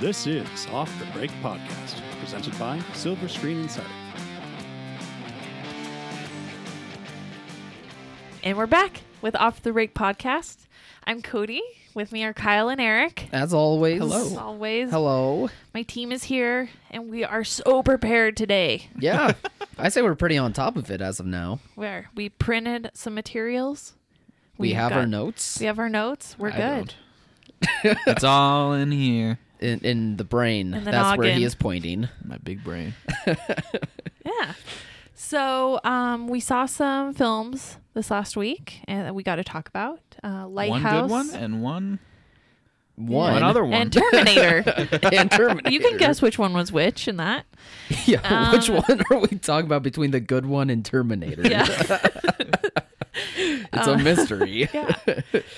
This is Off the Break Podcast, presented by Silver Screen Insight. And we're back with Off the Rake podcast. I'm Cody. With me are Kyle and Eric. As always. As always, Hello. my team is here and we are so prepared today. Yeah. I say we're pretty on top of it as of now. Where we printed some materials. We, We've have our got- notes We have our notes. We're good. It's all in here. in, in the brain. In the That's where noggin. he is pointing. My big brain. Yeah. So um, we saw some films this last week and that we got to talk about uh, Lighthouse One good one and one One. one other one. Uh, and Terminator. and Terminator. you can guess which one was which in that. Yeah. which Um, one are we talking about between the good one and Terminator? Yeah. It's a mystery. yeah.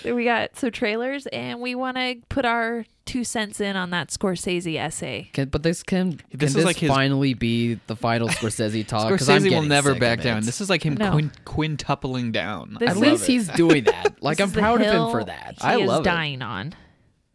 We got so trailers and we want to put our two cents in on that Scorsese essay. Can, but this can this, This can is this like his- finally be the final Scorsese talk. 'Cause I'm Scorsese will getting never sick of back it. down. This is like him No. quin- quintupling down. This I At is- love least it. he's doing that. Like This I'm is the proud of him hill for that. He I is love it. dying on.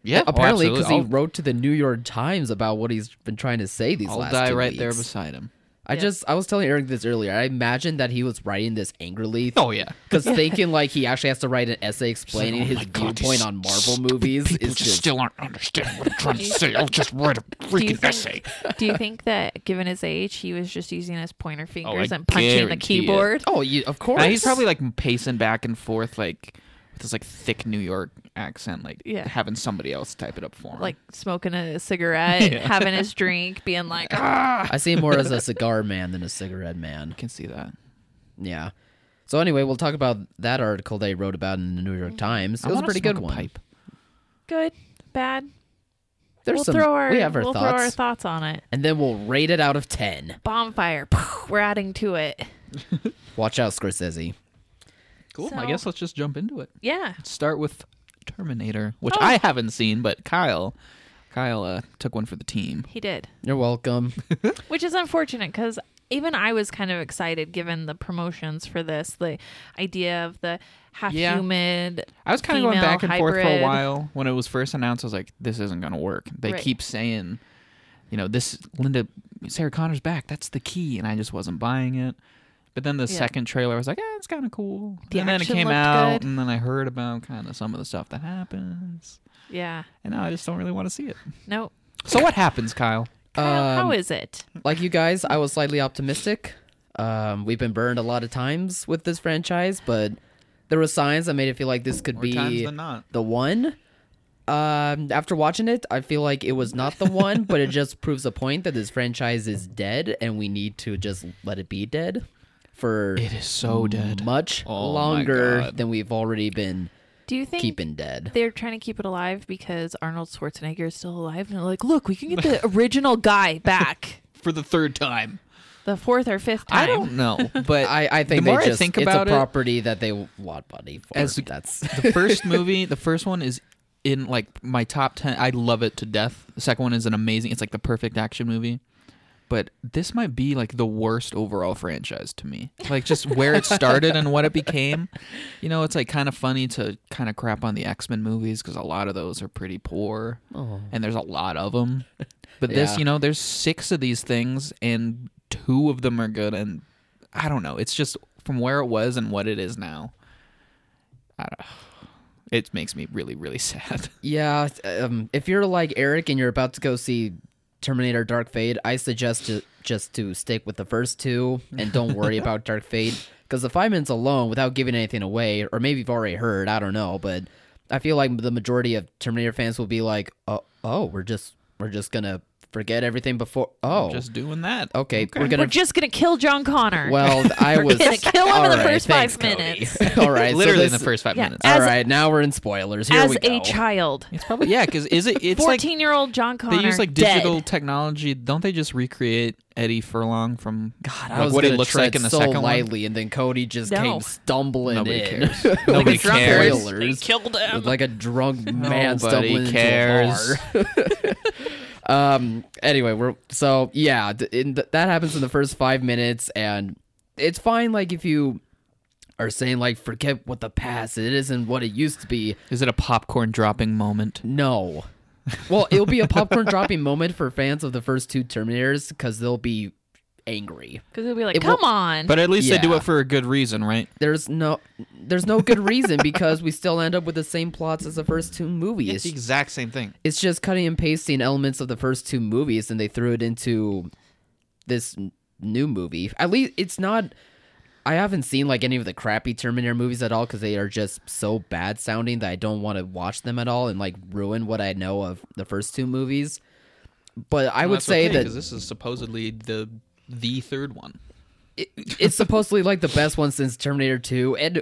yeah, oh, apparently because he absolutely. wrote to the New York Times about what he's been trying to say these I'll, I'll last die two right there weeks. beside him. I Yeah. just I was telling Eric this earlier. I imagine that he was writing this angrily. Oh yeah. Because thinking like he actually has to write an essay explaining Oh his viewpoint on Marvel movies people is just, just still aren't understanding what I'm trying to say. I'll just write a Do you freaking essay. think, do you think that given his age, he was just using his pointer fingers I and punching the guarantee it. keyboard? oh, you, of course. Now he's probably like pacing back and forth like with this like thick New York accent, like Yeah. having somebody else type it up for him. Like smoking a cigarette, having his drink, being like, ah. I see him more as a cigar man than a cigarette man. I can see that. Yeah. So anyway, we'll talk about that article they wrote about in the New York Times. It Mm. I was a wanna pretty good smoke a one. Pipe. good, bad. There's we'll some throw our we have our will thoughts, throw our thoughts on it. and then we'll rate it out of ten. Bonfire. We're adding to it. Watch out, Scorsese. Cool. So- I guess let's just jump into it. Yeah. Start with Terminator, which Oh. I haven't seen, but Kyle, Kyle uh, took one for the team. He did. You're welcome. which is unfortunate because even I was kind of excited given the promotions for this, the idea of the half Yeah. human. I was kind of going female back and forth for a hybrid. while when it was first announced. I was like, "This isn't going to work." They Right. keep saying, "You know, this Linda Sarah Connor's back. That's the key," and I just wasn't buying it. But then the Yeah. second trailer, I was like, "Ah, it's kind of cool." The and then it action came looked out, good. and then I heard about kind of some of the stuff that happens, Yeah. and now I just don't really want to see it. No. So what happens, Kyle? Kyle, how Um, is it? like you guys, I was slightly optimistic. Um, we've been burned a lot of times with this franchise, but there were signs that made it feel like this could More times be than not. the one. Um, after watching it, I feel like it was not the one, but it just proves the point that this franchise is dead, and we need to just let it be dead for It is so dead. much Oh my longer God. than we've already been Do you think keeping dead. they're trying to keep it alive because Arnold Schwarzenegger is still alive? And they're like, look, we can get the original guy back for the third time. the fourth or fifth time. I don't know, but I, I think the more they I just think it's about a it- property that they want money for. As- That's the first movie, the first one is in like my top 10. I love it to death. The second one is an amazing, it's like the perfect action movie. But this might be like the worst overall franchise to me. Like just where it started and what it became. You know, it's like kind of funny to kind of crap on the X Men movies because a lot of those are pretty poor and there's a lot of them. But this, Yeah. you know, there's six of these things and two of them are good. And I don't know. It's just from where it was and what it is now. I don't, it makes me really, really sad. Yeah, um, if you're like Eric and you're about to go see Terminator Dark Fade, I suggest to, just to stick with the first two and don't worry about Dark Fade because the five minutes alone, without giving anything away, or maybe you've already heard, I don't know, but I feel like the majority of Terminator fans will be like, "Oh, oh, we're just we're just gonna forget everything before." Oh, Just doing that. okay, we're We're gonna. just gonna kill John Connor. well, I was gonna kill him in the All first five thanks, Cody. minutes. All right, so Literally in this- the first five Yeah. minutes. As- All right, now we're in spoilers. Here as we go. a child, It's probably yeah, because is it? It's like fourteen-year-old John Connor. they use like dead. digital technology. Don't they just recreate Eddie Furlong from God? I was what he gonna looks tread like in the so second lightly, and then Cody just No. came stumbling Nobody in. cares. With Nobody his cares. Spoilers. killed With like a drunk man Nobody stumbling cares. into a bar. um. Anyway, we're so yeah. th- in th- that happens in the first five minutes, and it's fine. Like if you are saying like forget what the past it isn't what it used to be. Mm-hmm. one. Is it a popcorn dropping moment? No, Well, it'll be a popcorn dropping moment for fans of the first two Terminators because they'll be angry. Because it'll be like, It come will- on. But at least they do Yeah. it for a good reason, right? There's no, there's no good reason because we still end up with the same plots as the first two movies. It's the exact same thing. it's just cutting and pasting elements of the first two movies and they threw it into this n- new movie at least it's not i haven't seen like any of the crappy terminator movies at all because they are just so bad sounding that i don't want to watch them at all and like ruin what i know of the first two movies but i would say that this is supposedly the the third one. it, it's supposedly like the best one since Terminator 2 and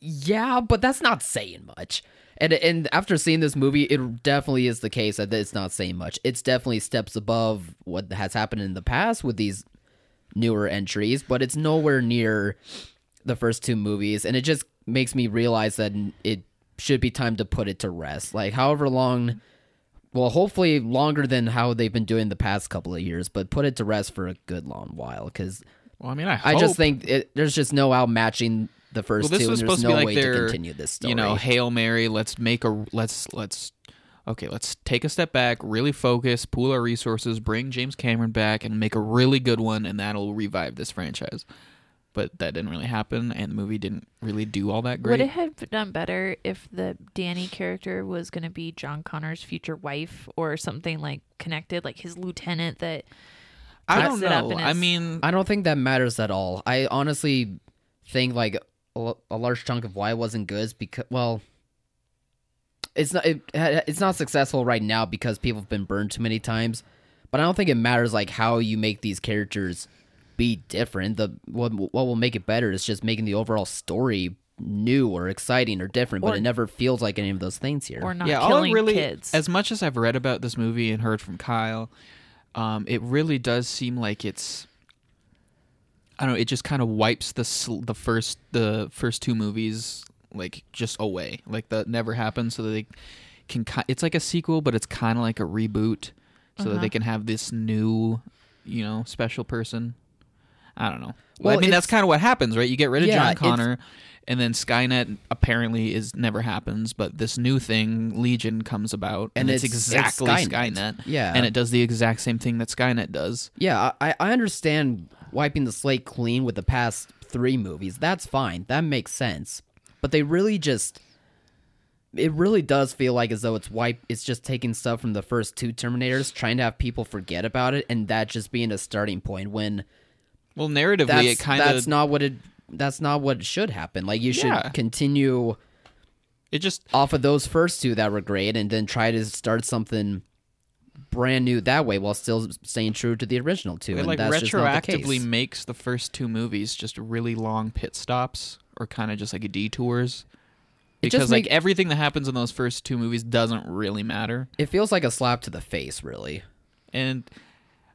yeah, but that's not saying much. And and after seeing this movie, it definitely is the case that it's not saying much. It's definitely steps above what has happened in the past with these newer entries, but it's nowhere near the first two movies and it just makes me realize that it should be time to put it to rest. Like however long well, hopefully longer than how they've been doing the past couple of years, but put it to rest for a good long while cuz Well, I mean, I I hope. just think it, there's just no outmatching the first well, this two, and was there's supposed no to be way like their to continue this story. you know hail mary. Let's make a let's let's okay. Let's take a step back, really focus, pool our resources, bring James Cameron back, and make a really good one, and that'll revive this franchise. But that didn't really happen, and the movie didn't really do all that great. Would it have done better if the Danny character was going to be John Connor's future wife or something like connected, like his lieutenant that I Wraps don't it up know. in I his- mean, I don't think that matters at all. I honestly think like a, a large chunk of why it wasn't good is because well, it's not it, it's not successful right now because people have been burned too many times. But I don't think it matters like how you make these characters be different. The what what will make it better is just making the overall story new or exciting or different. Or- but it never feels like any of those things here. or not yeah, all I killing really, kids. as much as I've read about this movie and heard from Kyle, um, it really does seem like it's. I don't know. It just kind of wipes the sl- the first the first two movies like just away. Like that never happened, so that they can. Ki- it's like a sequel, but it's kind of like a reboot, so that Uh-huh. they can have this new, you know, special person. I don't know. Well, Well, I mean, that's it's- kind of what happens, right? You get rid of Yeah, John it's- Connor, and then Skynet apparently is never happens, but this new thing Legion comes about, and, And it's, it's- it's exactly Skynet. Skynet. Yeah. and it does the exact same thing that Skynet does. Yeah, I, I understand wiping the slate clean with the past three movies. That's fine. That makes sense. But they really just it really does feel like as though it's wipe it's just taking stuff from the first two Terminators, trying to have people forget about it, and that just being a starting point when Well, narratively, that's it kind that's of not what it that's not what should happen. Like you should Yeah. continue it just off of those first two that were great and then try to start something brand new that way while still staying true to the original two. it and like that's just not the retroactively case. makes the first two movies just really long pit stops or kind of just like detours. It Because just like make- everything that happens in those first two movies doesn't really matter, It feels like a slap to the face, really. and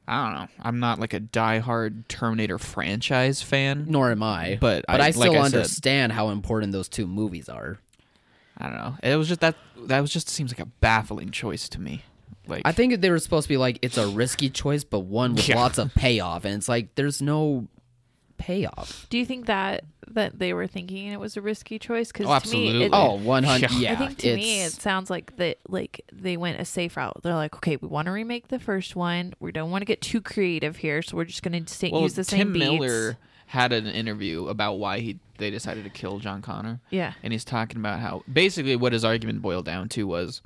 I don't know. I'm not like a diehard Terminator franchise fan. Nor am I. But but I, I- like still I said- understand how important those two movies are. I don't know. It was just that that was just seems like a baffling choice to me. Like I think they were supposed to be like it's a risky choice, but one with Yeah. lots of payoff, and it's like there's no payoff. Do you think that that they were thinking it was a risky choice? Because Oh, to me, absolutely. it, Oh, one hundred. Yeah. Yeah, I I think to it's, me it sounds like that like they went a safe route. They're like, okay, we want to remake the first one. We don't want to get too creative here, so we're just going to stay well, use the Tim same beats. Miller had an interview about why he they decided to kill John Connor. Yeah. and he's talking about how basically what his argument boiled down to was,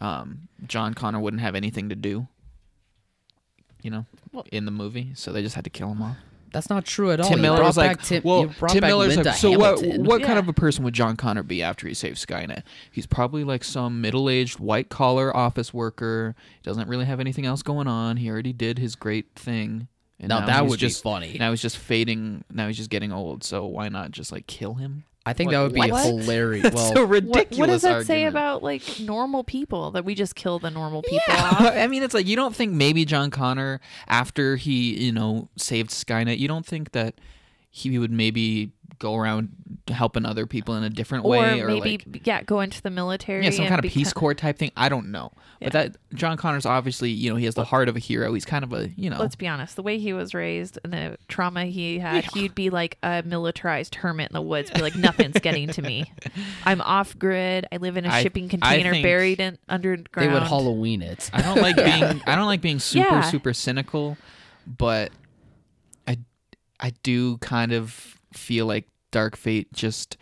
um, John Connor wouldn't have anything to do. You know, in the movie, so they just had to kill him off. that's not true at all. Tim You Miller brought was like, back Tim, well, you brought Tim back Miller's Linda like, so Hamilton. what? What kind Yeah. of a person would John Connor be after he saved Skynet? He's probably like some middle-aged white-collar office worker. Doesn't really have anything else going on. He already did his great thing. And Now that he's would be funny. Now he's just fading. Now he's just getting old. So why not just like kill him? I think What- that would be what? hilarious. That's well, a What, ridiculous. what does that say argument. about like normal people that we just kill the normal people? off? I mean, it's like you don't think maybe John Connor, after he you know saved Skynet, you don't think that he would maybe go around helping other people in a different way, or or maybe like yeah, go into the military. yeah, some and kind of become- Peace Corps type thing. I don't know, Yeah. but that John Connor's obviously you know he has the heart of a hero. He's kind of a you know Let's be honest. The way he was raised and the trauma he had, he'd be like a militarized hermit in the woods. Be like, nothing's getting to me. I'm off grid. I live in a I- shipping I container think buried in underground. They would Halloween it. I don't like being I don't like being super Yeah. super cynical, but I I do kind of feel like Dark Fate just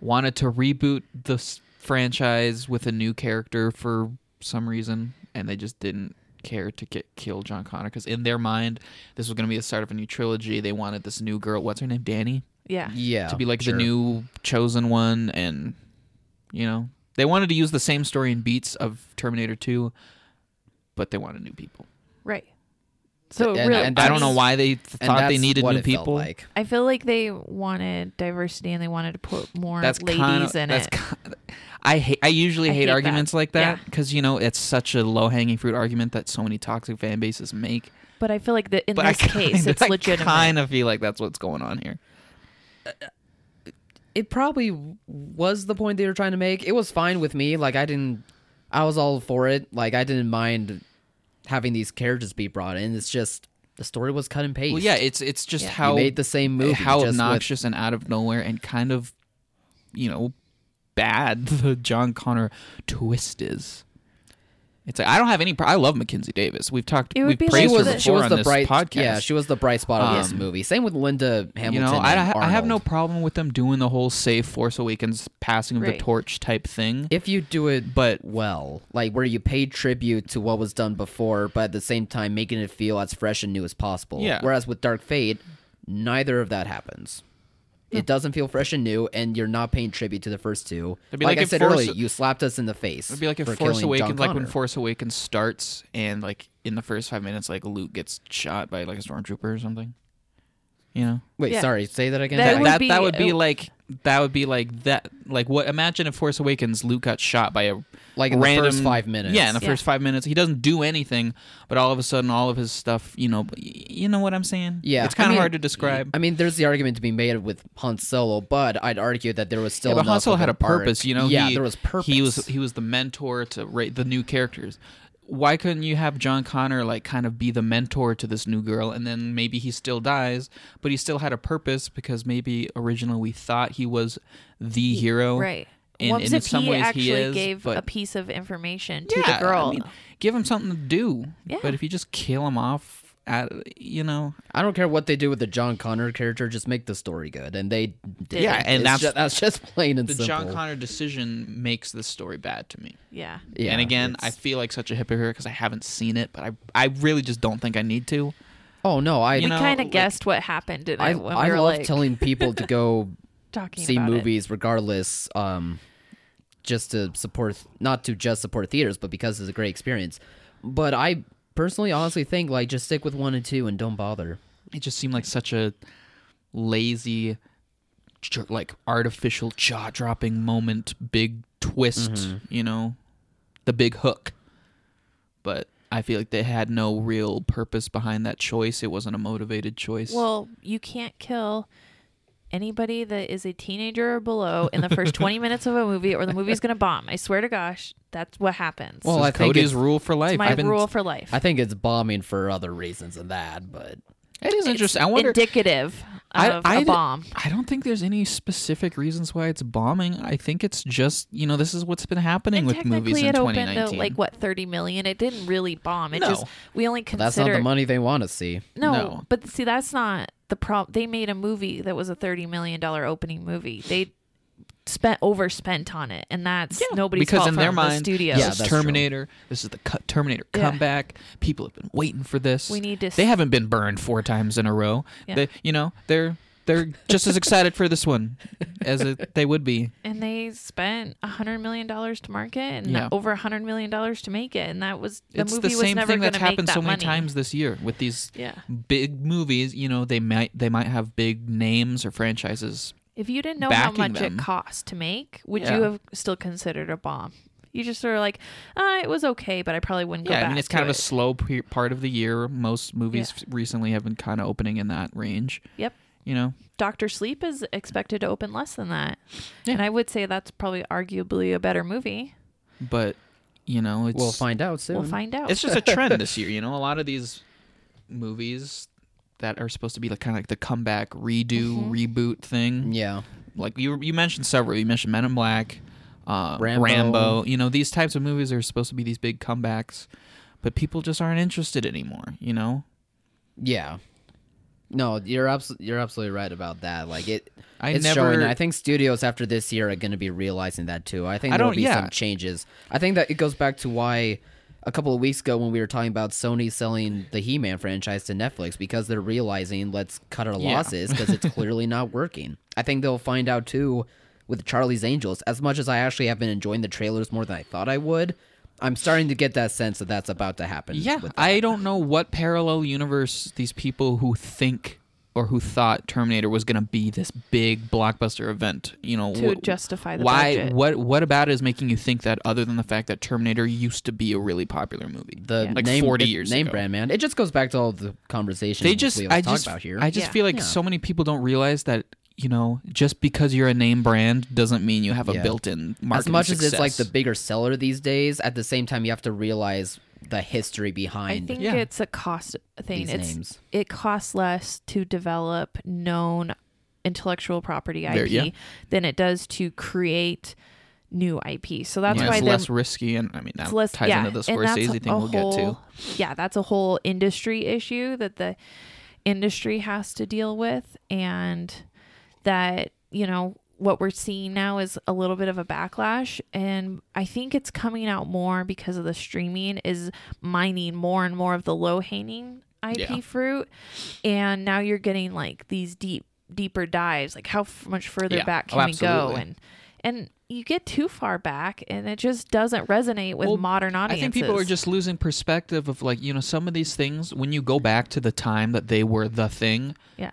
wanted to reboot the s- franchise with a new character for some reason, and they just didn't care to get kill John Connor because in their mind this was going to be the start of a new trilogy. They wanted this new girl, what's her name, Danny, Yeah. Yeah, to be like sure. the new chosen one, and you know they wanted to use the same story and beats of Terminator Two. But they wanted new people. Right. So And- really, and I don't know that's- why they th- And thought they that's needed what new it felt people. like. I feel like they wanted diversity and they wanted to put more That's ladies kind in that's it. Kind I hate. I usually I hate, hate that. arguments like Yeah. that because you know it's such a low hanging fruit argument that so many toxic fan bases make. but I feel like that in But this I kind case, it's I legitimate. kind of feel like that's what's going on here. it probably was the point they were trying to make. It was fine with me. Like I didn't, I was all for it. Like I didn't mind having these characters be brought in. It's just the story was cut and paste. Well, yeah, it's it's just You how made the same movie. how just with- obnoxious and out of nowhere and kind of, you know, bad the John Connor twist is. It's like I don't have any. Pro- I love Mackenzie Davis. We've talked. It would We've be like praised she Based her the- was before she was on the this bright podcast. yeah she was the bright spot of this Um, movie. Same with Linda Hamilton. you know, I, and ha- I have no Arnold. problem with them doing the whole save Force Awakens passing of Right. the torch type thing. If you do it but well, like where you pay tribute to what was done before, but at the same time making it feel as fresh and new as possible. Yeah. Whereas with Dark Fate, neither of that happens. It doesn't feel fresh and new, and you're not paying tribute to the first two. It'd be like, like I if said Force- earlier, you slapped us in the face. it'd be like if for Force killing John Awakens, like when Connor. Force Awakens starts and like in the first five minutes, like Luke gets shot by like a stormtrooper or something. You know, Wait, Yeah. sorry, say that again. That that would that, be- that would be uh, like that would be like that like what? Imagine if Force Awakens, Luke got shot by a like in random the first five minutes. Yeah, in the Yeah. first five minutes, he doesn't do anything, but all of a sudden, all of his stuff, you know, you know what I'm saying? Yeah, it's kind I of mean- hard to describe. I mean, there's the argument to be made with Han Solo, but I'd argue that there was still. Yeah, but Han enough Solo of had an a purpose, arc. you know. Yeah, he, there was purpose. He was he was the mentor to ra- the new characters. Why couldn't you have John Connor like kind of be the mentor to this new girl, and then maybe he still dies, but he still had a purpose because maybe originally we thought he was the hero, Right. And, What and in if some he ways actually he is, gave but a piece of information to yeah, the girl? I mean, give him something to do. Yeah. But if you just kill him off, at you know, I don't care what they do with the John Connor character, just make the story good, and they did. Yeah, it. and It's that's- ju- that's just plain and the simple. John Connor decision makes this story bad to me. yeah. Yeah, and again, I it's- feel like such a hypocrite because I haven't seen it, but I I really just don't think I need to. oh no, I You we know, kind of like- guessed what happened in I, it when I we were love like telling people to go talking see about it. movies regardless, um, just to support, not to just support theaters, but because it's a great experience. But I personally, honestly think like just stick with one and two and don't bother. It just seemed like such a lazy, jer- like artificial jaw dropping moment, big twist, Mm-hmm. you know, the big hook. But I feel like they had no real purpose behind that choice. It wasn't a motivated choice. Well, you can't kill anybody that is a teenager or below in the first 20 minutes of a movie or the movie's going to bomb. I swear to gosh, that's what happens. Well, This I is think Cody's it's- rule for life. it's my I've been- rule for life. I think it's bombing for other reasons than that, but It is It's interesting. I wonder. indicative of a di- bomb. I don't think there's any specific reasons why it's bombing. I think it's just you know this is what's been happening And with movies technically, in it 2019. opened to like what 30 million. It didn't really bomb. It No. just we only consider that's not the money they want to see. No, No. but see, that's not the problem. They made a movie that was a thirty million dollar opening movie. They spent overspent on it, and that's nobody's because fault in from their the mind, studios. Yeah, this that's is Terminator. This is the cut Terminator Yeah. comeback. People have been waiting for this. We need to They s- haven't been burned four times in a row. Yeah. They, you know, they're they're just as excited for this one as it, they would be. and they spent a hundred million dollars to market and Yeah. over a hundred million dollars to make it, and that was the it's movie the was same never thing going that's to make happened that so many money. times this year with these Yeah. big movies. You know, they might they might have big names or franchises. If you didn't know how Backing much them. it cost to make, would Yeah. you have still considered a bomb? You just sort of like, uh, it was okay, but I probably wouldn't go Yeah, back. I mean it's kind to of a it." slow pe- part of the year. Most movies Yeah. f- recently have been kind of opening in that range. Yep. You know, Doctor Sleep is expected to open less than that, and I would say that's probably arguably a better movie. but you know, it's We'll find out soon. We'll find out. It's just a trend this year. You know, a lot of these movies that are supposed to be like kind of like the comeback, redo, Mm-hmm. reboot thing. Yeah. Like you you mentioned several. You mentioned Men in Black, uh, Rambo. Rambo. You know, these types of movies are supposed to be these big comebacks, but people just aren't interested anymore. You know, Yeah. No, you're abs- you're absolutely right about that. Like it, I it's never- showing. I think studios after this year are going to be realizing that too. I think I there'll don't- be yeah. some changes. I think that it goes back to why a couple of weeks ago when we were talking about Sony selling the He-Man franchise to Netflix because they're realizing let's cut our Yeah. losses because it's clearly not working. I think they'll find out too with Charlie's Angels. As much as I actually have been enjoying the trailers more than I thought I would, I'm starting to get that sense that that's about to happen. Yeah, with I don't know what parallel universe these people who think or who thought Terminator was going to be this big blockbuster event, you know, To justify the why budget. what what about it is making you think that other than the fact that Terminator used to be a really popular movie, the like name, 40 the years name ago. brand, man. It just goes back to all the conversations They just we always I talk just about here. I just Yeah. feel like Yeah. so many people don't realize that you know just because you're a name brand doesn't mean you have a Yeah. built-in market. as much as it's like the bigger seller these days, at the same time you have to realize the history I behind. think Yeah. it's a cost thing. These it's names. it costs less to develop known intellectual property IP There- yeah. than it does to create new IP. So that's yeah, why it's they're less risky, and I mean that it's less ties yeah, into the and that's Scorsese thing a we'll get to. whole- Yeah, that's a whole industry issue that the industry has to deal with and that, you know, what we're seeing now is a little bit of a backlash and I think it's coming out more because of the streaming is mining more and more of the low hanging IP Yeah. fruit and now you're getting like these deep deeper dives like how f- much further Yeah. back Oh, can we go absolutely. and and you get too far back and it just doesn't resonate with Well, modern audiences. I think people are just losing perspective of like, you know, some of these things when you go back to the time that they were the thing, yeah.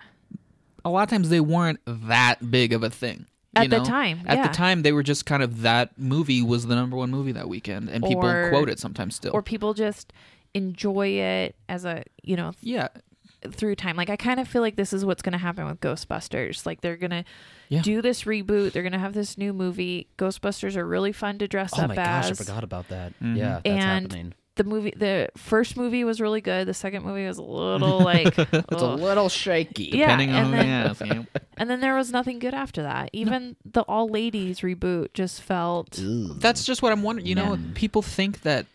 a lot of times they weren't that big of a thing. you At the know? time, At yeah. the time they were just kind of that movie was the number one movie that weekend and people Or- quote it sometimes still. Or people just enjoy it as a, you know, yeah. through time. Like I kind of feel like this is what's going to happen with Ghostbusters. Like they're going to Yeah. do this reboot, they're going to have this new movie. Ghostbusters are really fun to dress oh up my as. gosh, I forgot about that. Mm-hmm. Yeah, that's And happening. the movie the first movie was really good. The second movie was a little like It's a ugh. little shaky. Yeah, Depending and on then- who you ask, yeah. and then there was nothing good after that. Even the all ladies reboot just felt That's just what I'm wondering. You know, people think that,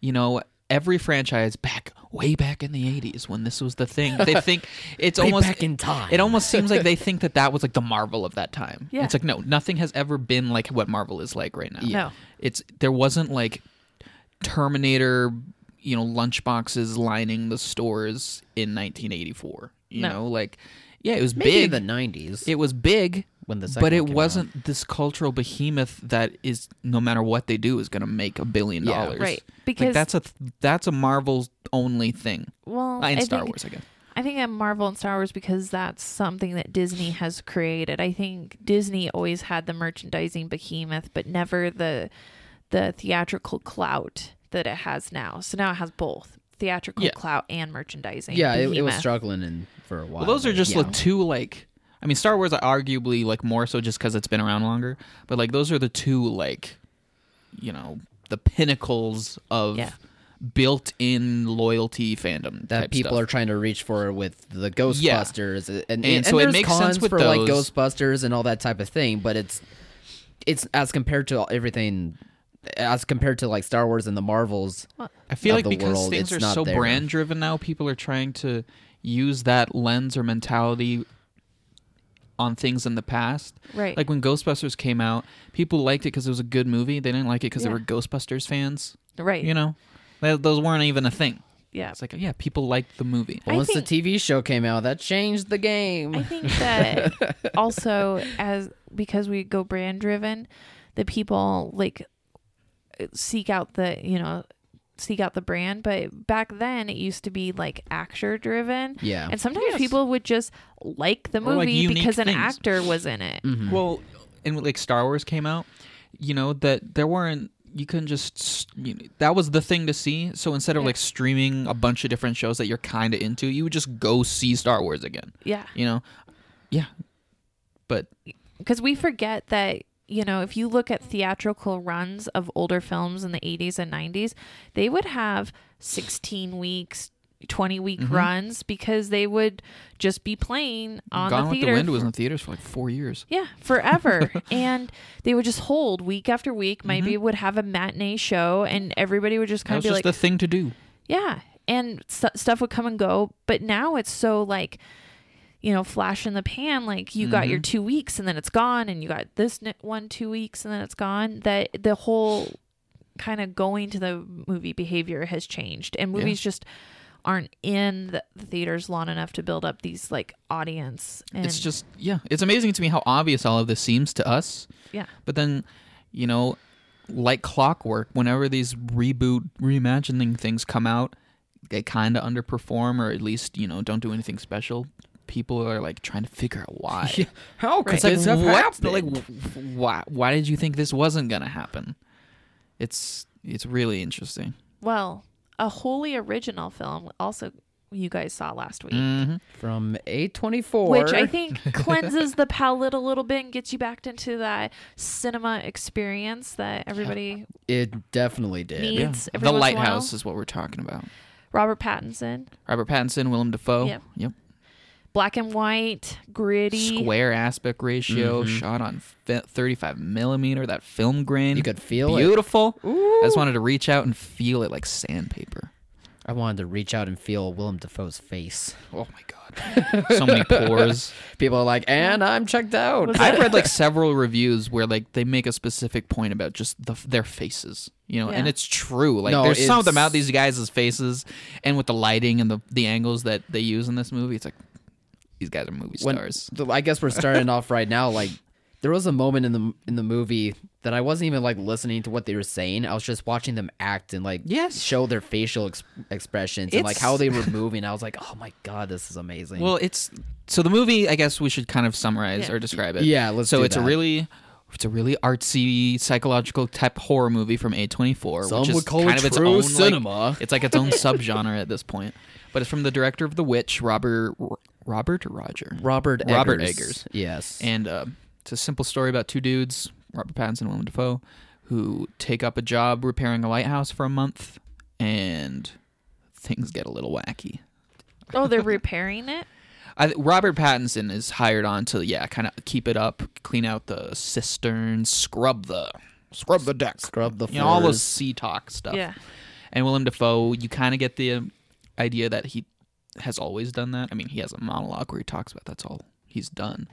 you know, every franchise back way back in the 80s when this was the thing, they think it's almost back in time. It almost seems like they think that that was like the Marvel of that time. Yeah. It's like no, nothing has ever been like what Marvel is like right now. Yeah. No. It's there wasn't like Terminator, you know, lunchboxes lining the stores in 1984. You No. know, like yeah, it was Maybe big. in the '90s. It was big When the second but one it came out. wasn't this cultural behemoth that is no matter what they do is going to make a billion Yeah. dollars. Right, Like, because- that's a th- that's a Marvel's only thing. well, and I Star think- Wars, I guess. I think I'm Marvel and Star Wars because that's something that Disney has created. I think Disney always had the merchandising behemoth, but never the the theatrical clout that it has now. So now it has both theatrical Yeah. clout and merchandising. Yeah, it, it was behemoth. struggling in, for a while. Well, those are but just yeah. like two like I mean Star Wars arguably like more so just cuz it's been around longer, but like those are the two like you know, the pinnacles of Yeah. built-in loyalty fandom that type people stuff. are trying to reach for with the Ghostbusters, and, and, And so it there's makes sense cons with for like those. Ghostbusters and all that type of thing. But it's it's as compared to everything, as compared to like Star Wars and the Marvels. I feel of like the because world, things are it's not so there. brand driven now, people are trying to use that lens or mentality on things in the past. Right. Like when Ghostbusters came out, people liked it because it was a good movie. They didn't like it because Yeah. they were Ghostbusters fans. right. You know, Th- those weren't even a thing. yeah. It's like, yeah, people liked the movie. I Once think- the TV show came out, that changed the game. I think that also as because we go brand driven, the people like seek out the you know seek out the brand. But back then it used to be like actor driven. Yeah. and sometimes people would just like the Or, like, movie unique because an things. actor was in it. Mm. Well, and like Star Wars came out, you know that there weren't. You couldn't just s- you know, that was the thing to see. So instead of Yeah. like streaming a bunch of different shows that you're kind of into, you would just go see Star Wars again. Yeah, You know, Yeah, but because we forget that you know if you look at theatrical runs of older films in the 80s and 90s they would have 16 weeks 20 week Mm-hmm. runs because they would just be playing on Gone the with theater the Wind was for- in theaters for like four years. yeah forever and they would just hold week after week maybe would have a matinee show and everybody would just Mm-hmm. That kind of was be just like the thing to do. yeah. And stu stuff would come and go. But now it's so like, you know, flash in the pan. Like you got Mm-hmm. your two weeks and then it's gone, and you got this n- one two weeks and then it's gone. That the whole kind of going to the movie behavior has changed, and movies just aren't in the, the theaters long enough to build up these like audience. And, It's just yeah, it's amazing to me how obvious all of this seems to us. yeah. But then, you know, like clockwork, whenever these reboot, reimagining things come out, they kind of underperform or at least, you know, don't do anything special. People are like trying to figure out why. How could It's like, what? Like, wh- why? Why did you think this wasn't gonna happen? It's it's really interesting. Well, a wholly original film also you guys saw last week. Mm-hmm. From A24. which I think cleanses the palate a little bit and gets you back into that cinema experience that everybody It definitely did. Me. It's every the once in a while. lighthouse is what we're talking about. Robert Pattinson, Robert Pattinson, Willem Dafoe. Yep. Yep. black and white, gritty. Square aspect ratio, Mm-hmm. shot on fi- 35 millimeter. That film grain. You could feel it. beautiful. I just wanted to reach out and feel it like sandpaper. I wanted to reach out and feel Willem Dafoe's face. Oh my god, so many pores. People are like, and I'm checked out. I've read like several reviews where like they make a specific point about just the, their faces, you know, and Yeah. it's true. Like No, there's some of them it's- out these guys' faces, and with the lighting and the the angles that they use in this movie, it's like these guys are movie When- stars. the- I guess we're starting off right now. Like, there was a moment in the in the movie that I wasn't even like listening to what they were saying. I was just watching them act and like Yes. show their facial ex- expressions and like It's- how they were moving. I was like, oh my god, this is amazing. Well, it's so the movie. I guess we should kind of summarize Yeah. or describe it. Yeah, let's So do it's a that. really, it's a really artsy psychological type horror movie from A24, Some which is would call it kind of its true own like- cinema. it's like its own subgenre at this point. But it's from the director of The Witch, Robert Robert or Roger Robert Eggers. Robert Eggers. Yes. And uh, it's a simple story about two dudes, Robert Pattinson and Willem Dafoe, who take up a job repairing a lighthouse for a month, and things get a little wacky. Oh, they're repairing it. I, Robert Pattinson is hired on to yeah, kind of keep it up, clean out the cistern, scrub the scrub the deck, Scrub the you know, all those floors. sea talk stuff. Yeah. And Willem Dafoe, you kind of get the um, idea that he has always done that. I mean, he has a monologue where he talks about that's all he's done.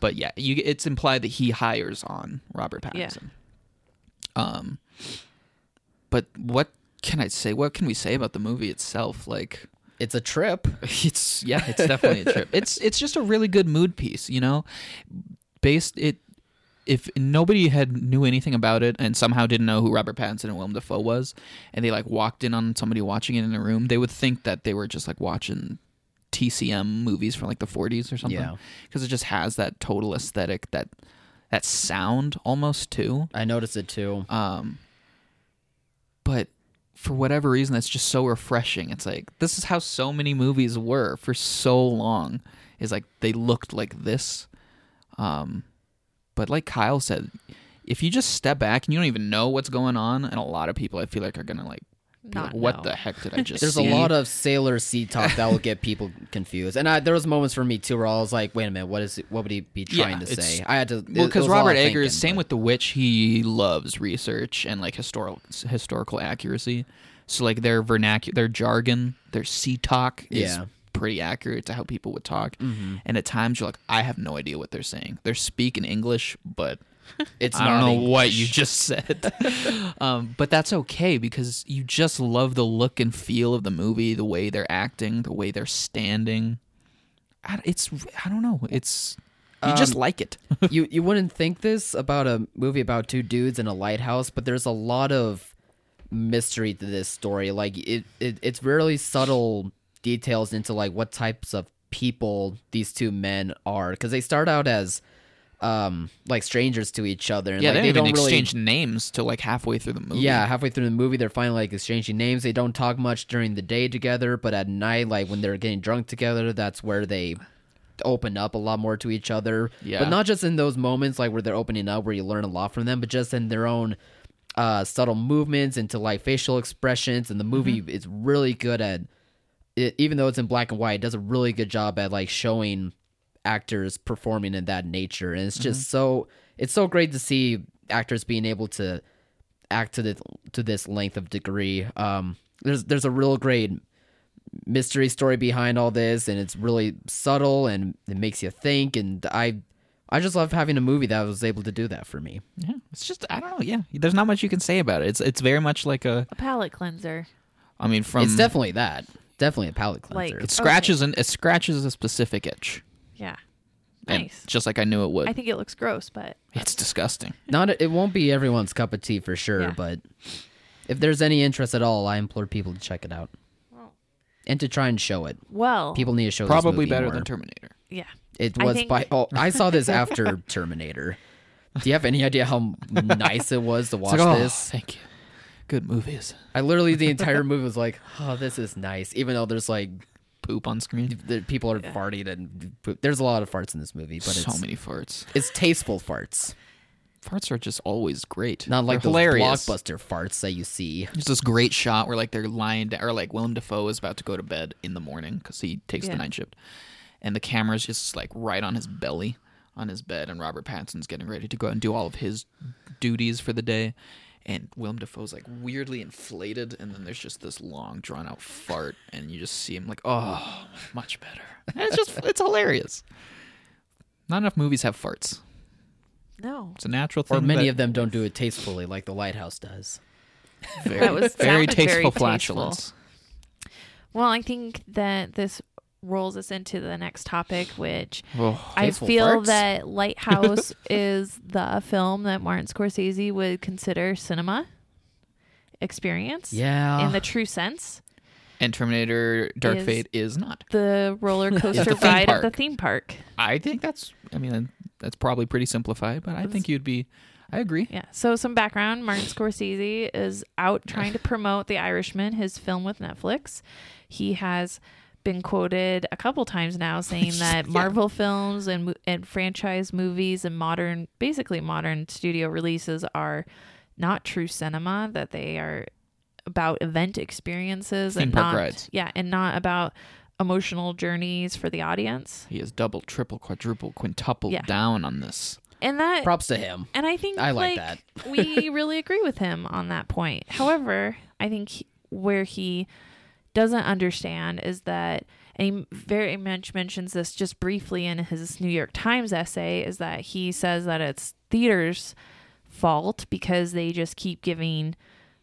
But yeah, you it's implied that he hires on Robert Yeah. Pattinson. Um but what can I say? What can we say about the movie itself? Like it's a trip. it's yeah, it's definitely a trip. It's it's just a really good mood piece, you know. Based it if nobody had knew anything about it and somehow didn't know who Robert Pattinson and Willem Dafoe was, and they like walked in on somebody watching it in a room, they would think that they were just like watching TCM movies from like the 40s or something. Yeah. Because it just has that total aesthetic, that that sound almost too I noticed it too. Uh, but for whatever reason that's just so refreshing it's like this is how so many movies were for so long is like they looked like this um but like kyle said if you just step back and you don't even know what's going on and a lot of people i feel like are gonna like, be Not like, what know. the heck did i just There's see? a lot of sailor sea talk that will get people confused, and I, there was moments for me too where I was like, "Wait a minute, what is what would he be Yeah, trying to it's- say?" I had to well because because robert eggers same with the witch he loves research and like historical historical accuracy so like their vernacular their jargon their sea talk is Yeah. Mm-hmm. pretty accurate to how people would talk and at times you're like i have no idea what they're saying they're speaking english but it's I don't not know English. what you just said. um, but that's okay because you just love the look and feel of the movie, the way they're acting, the way they're standing. I, it's I don't know. It's you just Um, like it. you you wouldn't think this about a movie about two dudes in a lighthouse, but there's a lot of mystery to this story. Like it, it it's really subtle details into like what types of people these two men are because they start out as um like strangers to each other and yeah, like, they, don't even really exchange names till like halfway through the movie. Yeah, halfway through the movie, they're finally like exchanging names. They don't talk much during the day together, but at night, like when they're getting drunk together, that's where they open up a lot more to each other. Yeah. But not just in those moments like where they're opening up where you learn a lot from them, but just in their own uh subtle movements into like facial expressions and the movie is really good at it, even though it's in black and white, it does a really good job at like showing actors performing in that nature. And it's just so it's so great to see actors being able to act to this to this length of degree. Um, there's there's a real great mystery story behind all this, and it's really subtle and it makes you think. And I I just love having a movie that was able to do that for me. Yeah, it's just I don't know. Yeah, there's not much you can say about it. It's it's very much like a. A palate cleanser. I mean, from it's definitely that, definitely a palate Like- cleanser. it scratches and it scratches a specific itch. Yeah. And Nice. Just like I knew it would. I think it looks gross, but it's disgusting. Not it won't be everyone's cup of tea for sure, Yeah. but if there's any interest at all, I implore people to check it out and to try and show it. well, People need to show this Probably movie better more. than Terminator. yeah. It I was think- by. Oh, I saw this after Terminator. Do you have any idea how nice it was to watch It's like, oh, this? thank you. Good movies. I literally the entire movie was like, "Oh, this is nice," even though there's like Poop on screen. the people are farting and poop. there's a lot of farts in this movie, but so it's many farts. it's tasteful farts, Farts are just always great. not like They're those hilarious. blockbuster farts that you see. There's this great shot where like they're lying down, or like Willem Dafoe is about to go to bed in the morning because he takes Yeah. the night shift, and the camera's just like right on his belly, on his bed, and Robert Pattinson's getting ready to go out and do all of his duties for the day, and Willem Dafoe's like weirdly inflated, and then there's just this long drawn out fart, and you just see him like, oh, much better. And it's just it's hilarious. Not enough movies have farts. No. It's a natural thing. Or many that- of them don't do it tastefully, like the Lighthouse does. very, That was- very sounded very tasteful tasteful. flatulence. Well, I think that this rolls us into the next topic, which Oh, I Tasteful feel farts? that Lighthouse is the film that Martin Scorsese would consider cinema experience. Yeah. In the true sense, And Terminator Dark Is- Fate is not. the roller coaster theme ride at the park. theme park. I think that's. I mean, that's probably pretty simplified, but I think you'd be. I agree. Yeah. So some background: Martin Scorsese is out trying to promote *The Irishman*, his film with Netflix. He has been quoted a couple times now saying that Marvel films and mo- and franchise movies and modern, basically modern studio releases are not true cinema; that they are about event experiences and Theme park not rides. yeah, and not about emotional journeys for the audience. He has double, triple, quadruple, quintuple Yeah. down on this. And that Props to him. And I think I like, like we really agree with him on that point. However, I think he- where he doesn't understand is that and he very much mentions this just briefly in his New York Times essay is that he says that it's theaters' fault because they just keep giving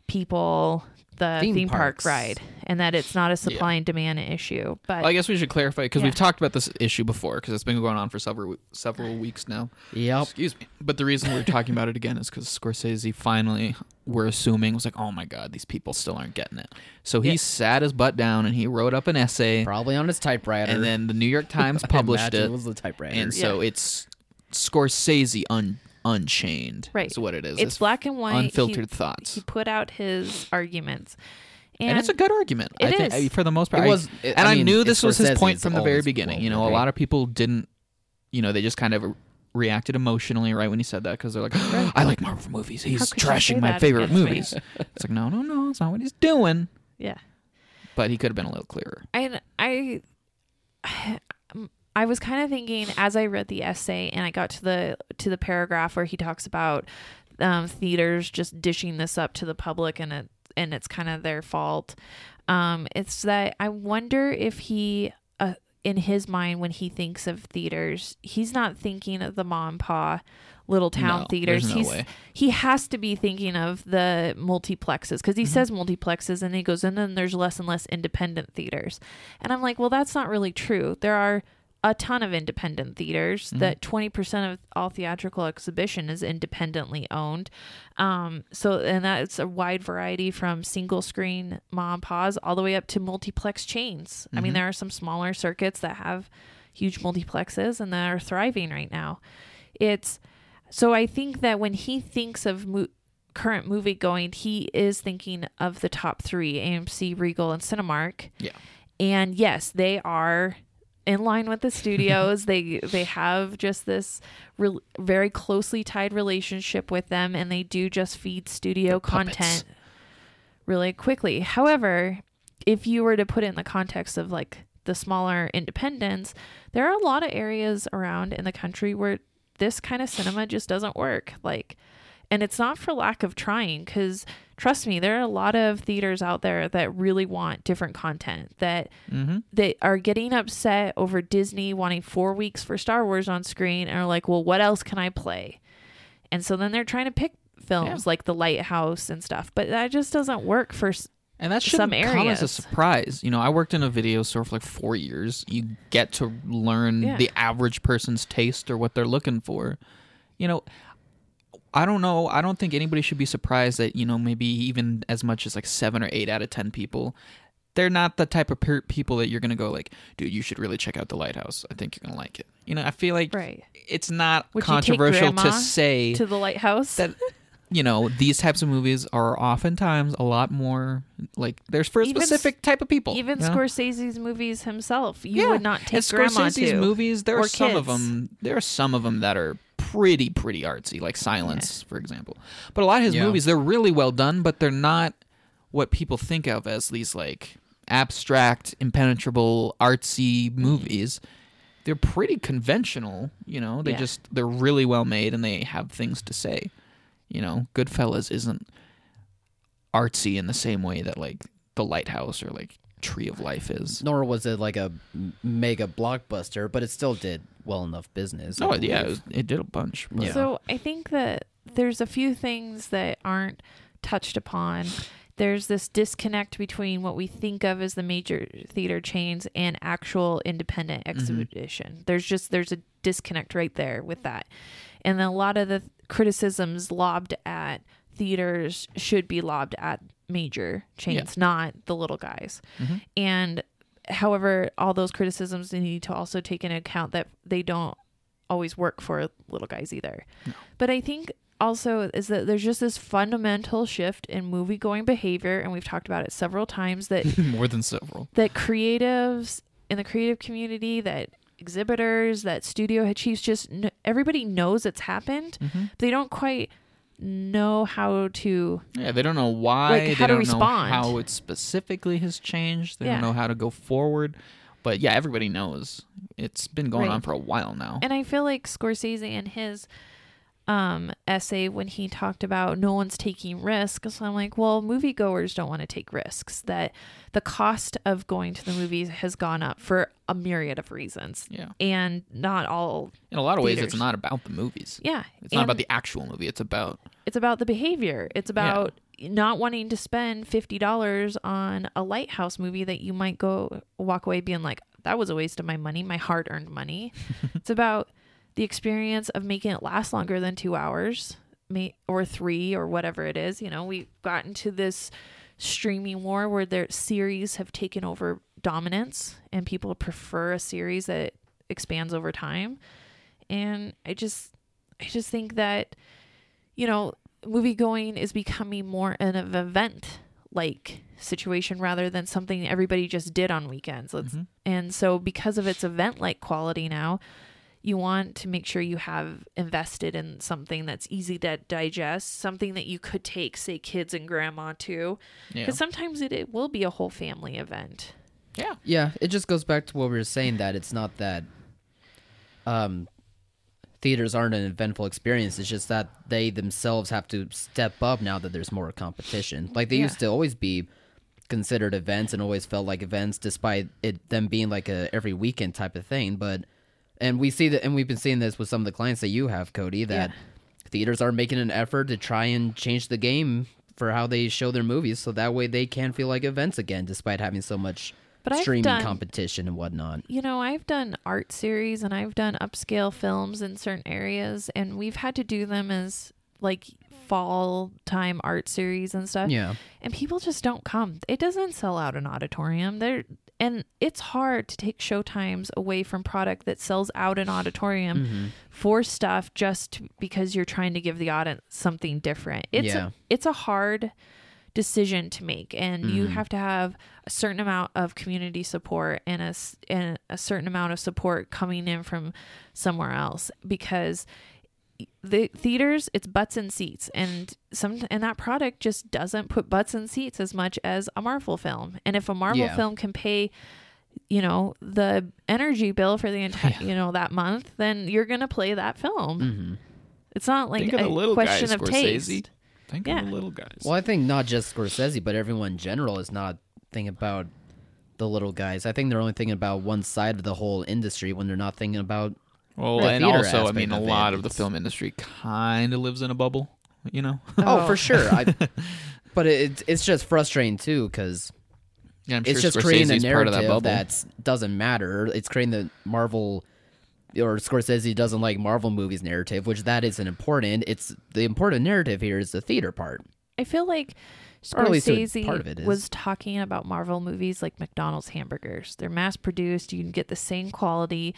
people the Theme theme, park parks. ride and that it's not a supply and demand issue. But I guess we should clarify because Yeah. we've talked about this issue before because it's been going on for several we- several weeks now. Yep. Excuse me. But the reason we're talking about it again is because Scorsese finally, we're assuming, was like, "Oh my God, these people still aren't getting it." So he sat his butt down and he wrote up an essay. Probably on his typewriter. and then the New York Times I published imagine it, It was the typewriter. and so it's Scorsese un- Unchained. Right. is what it is. it's black and white. He- unfiltered thoughts, He put out his arguments. and, it's a good argument. It I think is. I- for the most part. It I- was- it- and I I, mean, knew it's this was his Scorsese, point it's from the all very his beginning. world, You know, a right? lot of people didn't. You know, they just kind of reacted emotionally right when he said that because they're like, "I like Marvel movies. He's could you say trashing my that favorite against me?" movies." it's like, no, no, no, it's not what he's doing. Yeah. But he could have been a little clearer. and I, I was kind of thinking as I read the essay and I got to the to the paragraph where he talks about um, theaters just dishing this up to the public and it and it's kind of their fault. Um, it's that I wonder if he. Uh, in his mind, when he thinks of theaters, he's not thinking of the mom and pa little town No, theaters. there's no he's way. he has to be thinking of the multiplexes because he says multiplexes and he goes and then there's less and less independent theaters and i'm like well that's not really true there are a ton of independent theaters that 20% of all theatrical exhibition is independently owned um, so and that's a wide variety from single screen mom and pa's all the way up to multiplex chains i mean there are some smaller circuits that have huge multiplexes and that are thriving right now it's so I think that when he thinks of mo- current movie going, he is thinking of the top three AMC, Regal, and Cinemark. Yeah. And yes, they are in line with the studios. they they have just this re- very closely tied relationship with them, and they do just feed studio content really quickly. However, if you were to put it in the context of like the smaller independents, there are a lot of areas around in the country where this kind of cinema just doesn't work. Like, and it's not for lack of trying, because trust me, there are a lot of theaters out there that really want different content that Mm-hmm. they are getting upset over Disney wanting four weeks for Star Wars on screen and are like, well, what else can I play? And so then they're trying to pick films like The Lighthouse and stuff, but that just doesn't work for s- And that some shouldn't come as a areas. surprise. You know, I worked in a video store for like four years. You get to learn Yeah. the average person's taste or what they're looking for. You know, I don't know. I don't think anybody should be surprised that, you know, maybe even as much as like seven or eight out of 10 people, they're not the type of per- people that you're going to go like, dude, you should really check out The Lighthouse. I think you're going to like it. You know, I feel like Right. it's not Would you take controversial to grandma say to the lighthouse. that you know these types of movies are oftentimes a lot more like there's for a Even s- specific type of people. Even you know? Scorsese's movies himself, you Yeah. would not take and grandma Scorsese's to. movies. There are or some of kids. them. There are some of them that are pretty pretty artsy, like Silence, for example. But a lot of his Yeah. movies, they're really well done, but they're not what people think of as these like abstract, impenetrable, artsy movies. They're pretty conventional, you know. They Yeah. just they're really well made and they have things to say. You know, Goodfellas isn't artsy in the same way that like The Lighthouse or like Tree of Life is. Nor was it like a m- mega blockbuster, but it still did well enough business. I No, Oh, yeah, it, believe. was- it did a bunch. but- Yeah. So I think that there's a few things that aren't touched upon. There's this disconnect between what we think of as the major theater chains and actual independent exhibition. There's just there's a disconnect right there with that. And then a lot of the criticisms lobbed at theaters should be lobbed at major chains, not the little guys. And however, all those criticisms they need to also take into account that they don't always work for little guys either. But I think also is that there's just this fundamental shift in movie going behavior and we've talked about it several times that More than several. that creatives in the creative community that exhibitors that studio head chiefs just kn- everybody knows it's happened but they don't quite know how to Yeah, they don't know why. Like, they how to don't respond. know how it specifically has changed. They Yeah. don't know how to go forward. But yeah, everybody knows it's been going Right. on for a while now. and I feel like Scorsese in his um essay when he talked about no one's taking risks, so I'm like, well, moviegoers don't want to take risks. That the cost of going to the movies has gone up for a myriad of reasons. Yeah. And not all In a lot of ways, it's Theaters. not about the movies. yeah. It's not about and the actual movie. It's about it's about the behavior. It's about not wanting to spend fifty dollars on a lighthouse movie that you might go walk away being like, that was a waste of my money, my hard earned money. it's about the experience of making it last longer than two hours, may- or three, or whatever it is. You know, we've gotten to this streaming war where their series have taken over dominance, and people prefer a series that expands over time. And I just, I just think that you know, movie going is becoming more an of event like situation rather than something everybody just did on weekends. Let's, And so because of its event like quality now, you want to make sure you have invested in something that's easy to digest, something that you could take, say, kids and grandma to. Yeah. Because sometimes it, it will be a whole family event. yeah. Yeah, it just goes back to what we were saying that it's not that um theaters aren't an eventful experience. It's just that they themselves have to step up now that there's more competition. Like they Yeah. used to always be considered events and always felt like events despite it them being like a every weekend type of thing, but and we see that and we've been seeing this with some of the clients that you have, Cody, that theaters are making an effort to try and change the game for how they show their movies so that way they can feel like events again despite having so much But I've streaming done- competition and whatnot. you know, I've done art series and I've done upscale films in certain areas, and we've had to do them as like fall time art series and stuff. Yeah. And people just don't come. It doesn't sell out an auditorium. There and it's hard to take showtimes away from product that sells out an auditorium Mm-hmm. for stuff just because you're trying to give the audience something different. It's Yeah. a, it's a hard decision to make and Mm-hmm. you have to have a certain amount of community support and a, s- and a certain amount of support coming in from somewhere else because the theaters it's butts and seats and some and that product just doesn't put butts and seats as much as a marvel film and if a marvel Yeah. film can pay you know the energy bill for the entire you know that month then you're gonna play that film it's not like Mm-hmm. Think of a the little guy, question of Scorsese. taste Thank yeah you. Little guys. Well, I think not just Scorsese, but everyone in general is not thinking about the little guys. I think they're only thinking about one side of the whole industry when they're not thinking about. Well, The and theater also, I aspect mean, a of it, lot of the it's- film industry kind of lives in a bubble, you know? Oh, for sure. I, but it, it's just frustrating too because Yeah, I'm it's sure just creating a Scorsese's part of narrative that that bubble. doesn't matter. It's creating the Marvel or Scorsese doesn't like Marvel movies narrative, which that isn't important. It's the important narrative here is the theater part. i feel like Or at least a Scorsese part of it is. was talking about Marvel movies like McDonald's hamburgers. They're mass produced. You can get the same quality.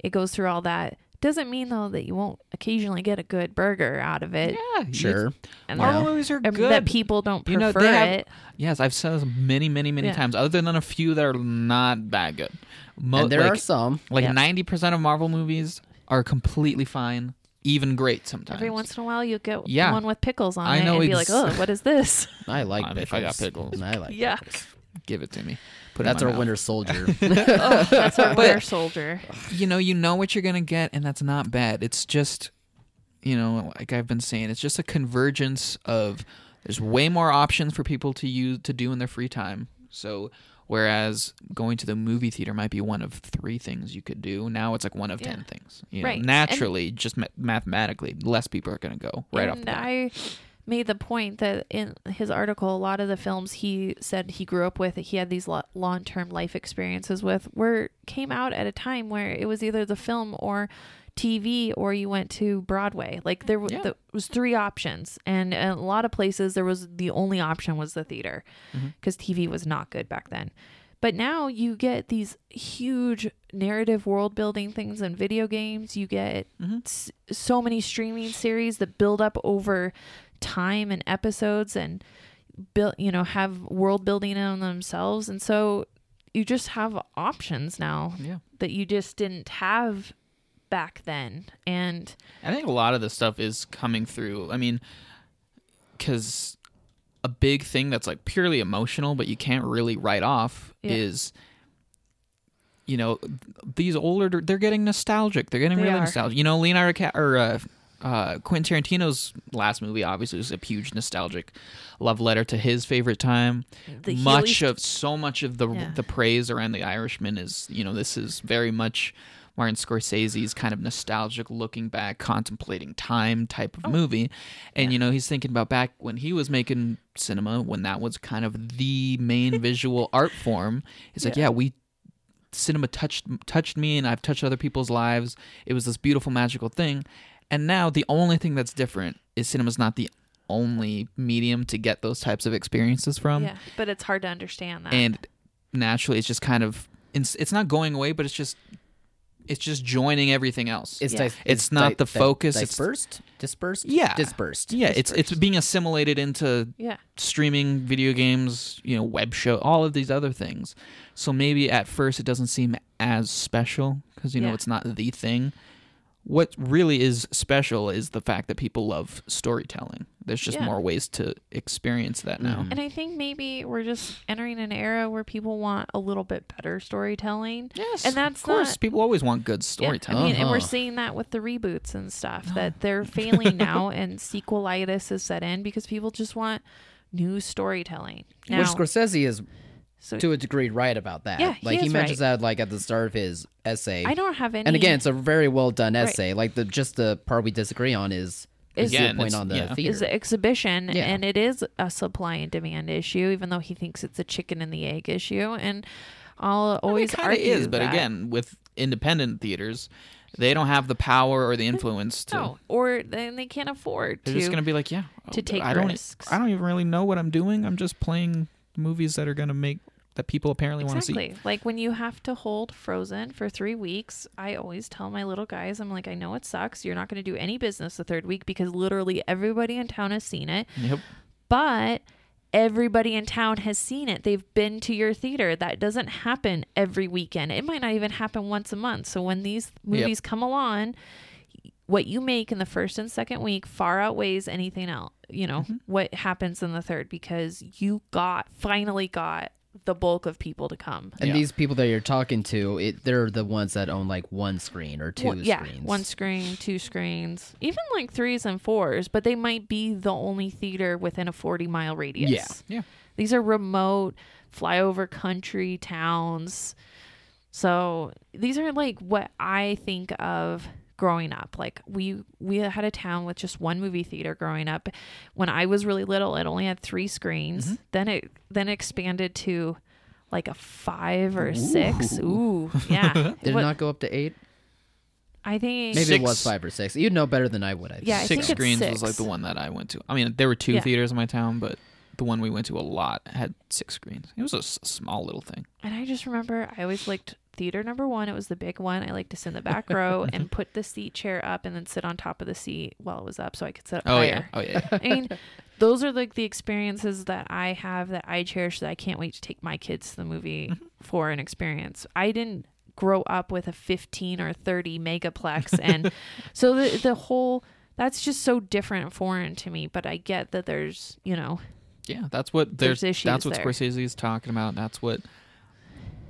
It goes through all that. Doesn't mean though that you won't occasionally get a good burger out of it. Yeah, you- Sure. and Marvel that- movies are and good. that people don't prefer You know, they have, it. Yes, I've said this many, many, many Yeah. times, other than a few that are not that good. Mo- and there like, are some. Yeah. Like ninety percent of Marvel movies are completely fine, even great sometimes. Every once in a while, you get Yeah. one with pickles on I it know and be like, ex- "Oh, what is this?" I like I mean, pickles. if I got pickles. I like. yeah, give it to me. Put it That's in our my mouth. Winter Soldier. that's our But- Winter Soldier. You know, you know what you're gonna get, and that's not bad. It's just, you know, like I've been saying, it's just a convergence of there's way more options for people to use to do in their free time. So whereas going to the movie theater might be one of three things you could do, now it's like one of Yeah. ten things. You Right. know, And- naturally, just ma- mathematically, less people are gonna go right off the and bat. I made the point that in his article, a lot of the films he said he grew up with, that he had these lo- long-term life experiences with, were came out at a time where it was either the film or TV or you went to Broadway. Like there, w- Yeah. there was three options, and in a lot of places there was the only option was the theater Mm-hmm. because TV was not good back then. But now you get these huge narrative world building things in video games. You get Mm-hmm. s- so many streaming series that build up over time and episodes and build, you know, have world building on themselves. And so you just have options now Yeah. that you just didn't have back then. And I think a lot of this stuff is coming through. I mean, because a big thing that's like purely emotional, but you can't really write off Yeah. is, you know, these older they're getting nostalgic. They're getting They really are. nostalgic. You know, Leonardo Ca- or uh, uh, Quentin Tarantino's last movie obviously was a huge nostalgic love letter to his favorite time. The much Heelys- of so much of the Yeah. the praise around the Irishman is you know this is very much Martin Scorsese's kind of nostalgic looking back, contemplating time type Oh. of movie, and you know he's thinking about back when he was making cinema when that was kind of the main visual art form. It's like yeah, we cinema touched touched me and I've touched other people's lives. It was this beautiful magical thing. And now the only thing that's different is cinema's not the only medium to get those types of experiences from yeah, but it's hard to understand that. Um, and naturally it's just kind of it's, it's not going away but it's just it's just joining everything else It's Yeah. dis- It's not the di- focus, it's- Dispersed. Dispersed. Yeah. Dispersed. yeah it's it's being assimilated into yeah. streaming video games you know web show all of these other things so maybe at first it doesn't seem as special because you know Yeah. it's not the thing what really is special is the fact that people love storytelling there's just Yeah. more ways to experience that now And I think maybe we're just entering an era where people want a little bit better storytelling. yes And that's of course not- people always want good Yeah, storytelling I mean, and we're Uh-huh. seeing that with the reboots and stuff that they're failing now, and sequelitis is set in because people just want new storytelling. Now, Which Scorsese is so to a degree right about that. Yeah, he like is mentions right. that like at the start of his essay. I don't have any. and again, it's a very well done Right. essay. Like the just the part we disagree on is is Again, the point it's- on the yeah. theater. is the exhibition, Yeah. and it is a supply and demand issue, even though he thinks it's a chicken and the egg issue. And I'll always it kinda argue is, but that. again, with independent theaters, they don't have the power or the influence to. no, or then they can't afford They're to. just gonna be like, yeah, uh, to take I don't, e-, risks. I don't even really know what I'm doing. I'm just playing movies that are gonna make that people apparently want to see. Exactly. Like when you have to hold Frozen for three weeks, I always tell my little guys, I'm like, I know it sucks. You're not going to do any business the third week because literally everybody in town has seen it. Yep. But everybody in town has seen it. They've been to your theater. That doesn't happen every weekend. It might not even happen once a month. So when these movies come along, what you make in the first and second week far outweighs anything else. You know, Mm-hmm. what happens in the third because you got finally got the bulk of people to come. And Yeah. these people that you're talking to, it, they're the ones that own like one screen or two Well, yeah, screens. one screen, two screens, even like threes and fours, but they might be the only theater within a 40 mile radius. Yeah. Yeah. These are remote flyover country towns. So these are like what I think of growing up. Like we we had a town with just one movie theater growing up. When I was really little, it only had 3 screens. Then it then expanded to like a 5 or 6. Ooh, yeah. Did What- it not go up to eight? I think Maybe it Six. was five or six. You'd know better than I would. I think. Yeah, I think six it's screens was like six. the one that I went to. I mean, there were two Yeah. theaters in my town, but the one we went to a lot had six screens. It was a s- small little thing. And I just remember I always liked theater number one. It was the big one. I liked to sit in the back row and put the seat chair up and then sit on top of the seat while it was up so I could sit up Oh yeah. higher. Oh yeah. yeah. I mean, those are like the experiences that I have that I cherish that I can't wait to take my kids to the movie Mm-hmm. for an experience. I didn't grow up with a 15 or 30 megaplex. And so the, the whole, that's just so different and foreign to me. But I get that there's, you know, Yeah, that's what There's there's. issues that's what there. Scorsese is talking about. That's what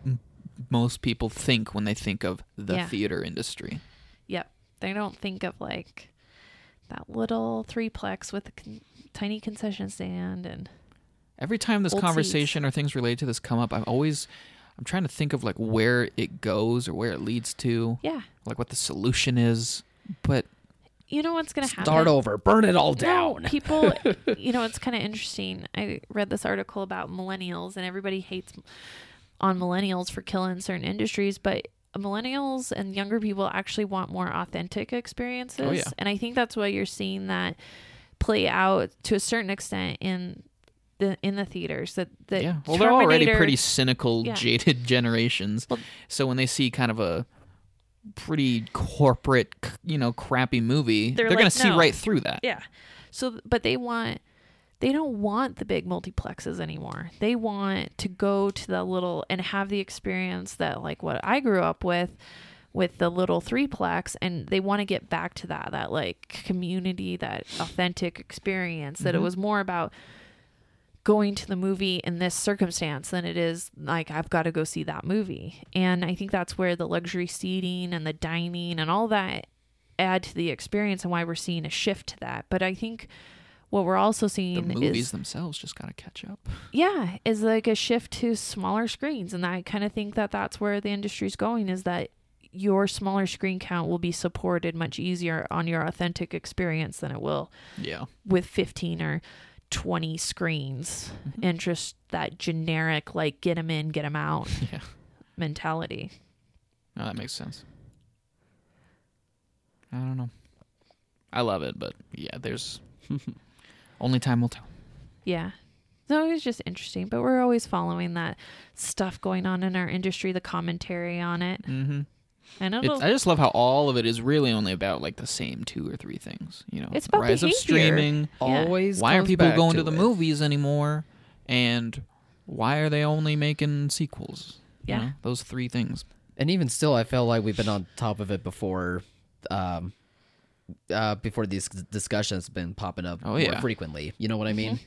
m- most people think when they think of the Yeah. theater industry. Yep. They don't think of like that little threeplex with a con- tiny concession stand and Every time this Old conversation or things related to this come up, I'm always I'm trying to think of like where it goes or where it leads to, yeah. like what the solution is. But You know what's going to happen? Start over. Burn it all down. People, you know, it's kind of interesting. I read this article about millennials and everybody hates on millennials for killing certain industries, but millennials and younger people actually want more authentic experiences. Oh, yeah. And I think that's why you're seeing that play out to a certain extent in the in the theaters that that yeah, well, they're already Terminator- pretty cynical, Yeah. jaded generations. Well- so when they see kind of a pretty corporate, c- you know, crappy movie, They're they're, like, gonna see "No." right through that. Yeah. So, but they want, they don't want the big multiplexes anymore. They want to go to the little and have the experience that, like, what I grew up with, with the little threeplex, and they want to get back to that, that like community, that authentic experience. That it was more about going to the movie in this circumstance than it is like I've got to go see that movie. And I think that's where the luxury seating and the dining and all that add to the experience and why we're seeing a shift to that. But I think what we're also The seeing movies is themselves just gotta catch up. yeah, is like a shift to smaller screens and I kind of think that that's where the industry's going is that your smaller screen count will be supported much easier on your authentic experience than it will Yeah. with 15 or 20 screens Mm-hmm. and just that generic like get them in get them out Yeah. mentality No, that makes sense. I don't know. I love it, but yeah, there's only time will tell. yeah so it was just interesting but we're always following that stuff going on in our industry the commentary on it Mm-hmm. and It's, it'll I just love how all of it is really only about like the same two or three things. You know, It's about rise of behavior. streaming. Yeah. Always. Why are comes people back going to the it. movies anymore? And why are they only making sequels? You Yeah. know, those three things. And even still, I feel like we've been on top of it before. Um, uh, before these discussions have been popping up Oh, more yeah. frequently. You know what I mean?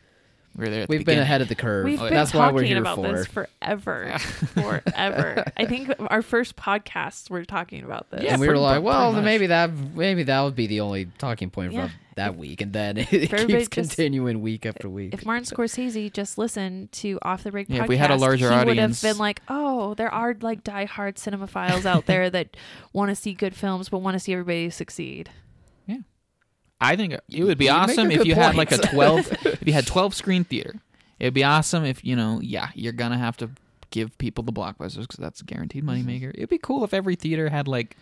We're there. At We've the been beginning. ahead of the curve. we've been Oh, That's why talking we're here about for. this forever forever i think our first podcasts were talking about this Yeah, and we were pretty- like, pretty well, much. maybe that maybe that would be the only talking point Yeah. for that week, and then it everybody keeps just- continuing week after week. if Martin Scorsese just listened to Off the Break podcast, Yeah, if we had a larger he would have audience- been like, "Oh, there are like diehard cinemaphiles out there that want to see good films, but want to see everybody succeed." I think it would be You make awesome a if good you had like a point. 12 if you had 12 screen theater. It'd be awesome if, you know, yeah, you're going to have to give people the blockbusters cuz that's a guaranteed Mm-hmm. moneymaker. It'd be cool if every theater had like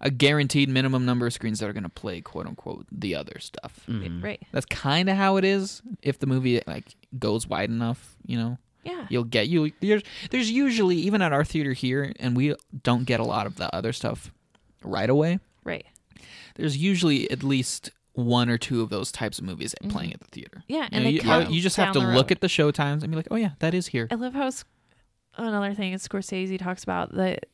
a guaranteed minimum number of screens that are going to play quote unquote the other stuff. Mm. Right? That's kind of how it is if the movie like goes wide enough, you know. Yeah. You'll get you there's there's usually even at our theater here and we don't get a lot of the other stuff right away Right. there's usually at least one or two of those types of movies playing at the theater. Mm-hmm. Yeah, You, and know, they you, come you just have to down the look road. at the show times and be like, oh yeah, that is here. I love how Sc- another thing is Scorsese talks about that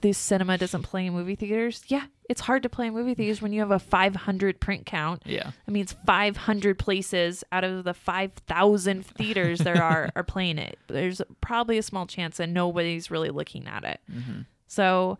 the cinema doesn't play in movie theaters. Yeah, it's hard to play in movie theaters when you have a 500 print count. Yeah. I mean, it's 500 places out of the 5,000 theaters there are are playing it. There's probably a small chance that nobody's really looking at it. Mm-hmm. So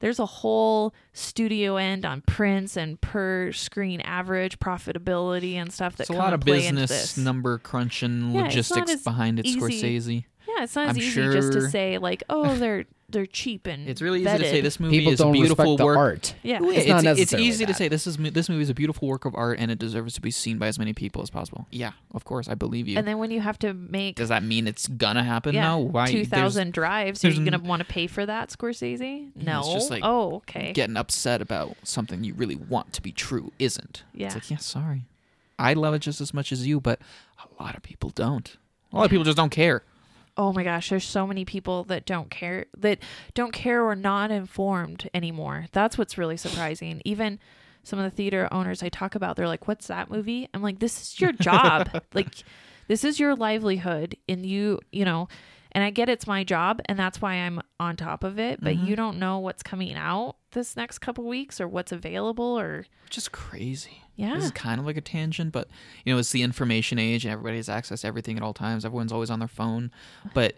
there's a whole studio end on prints and per screen average profitability and stuff that It's a come lot and of play into business this. number crunching Yeah, it's not logistics as behind it, easy. Scorsese. Yeah, it's not as I'm easy just to sure- say like, oh, they're they're cheap and It's really easy to vetted. say this movie People is a don't beautiful respect the work. art. Yeah, Yeah, It's It's, not it's necessarily easy to that. say this is mo- this movie is a beautiful work of art and it deserves to be seen by as many people as possible. Yeah, of course, I believe you. and then when you have to make Does that mean it's gonna happen? yeah, no. Why? two there's thousand drives? Are you there's gonna n- want to pay for that, Scorsese? No. it's just like- oh, okay. Getting upset about something you really want to be true isn't. Yeah. It's like yeah, sorry. I love it just as much as you, but a lot of people don't. A lot of people just don't care. oh my gosh, there's so many people that don't care that don't care or not informed anymore. That's what's really surprising. Even some of the theater owners I talk about, they're like, "What's that movie?" I'm like, "This is your job. like, this is your livelihood, and you, you know." And I get it's my job, and that's why I'm on top of it. But you don't know what's coming out this next couple weeks, or what's available, or Which is crazy. Yeah. This is kind of like a tangent, but you know, it's the information age and everybody has access to everything at all times. Everyone's always on their phone. But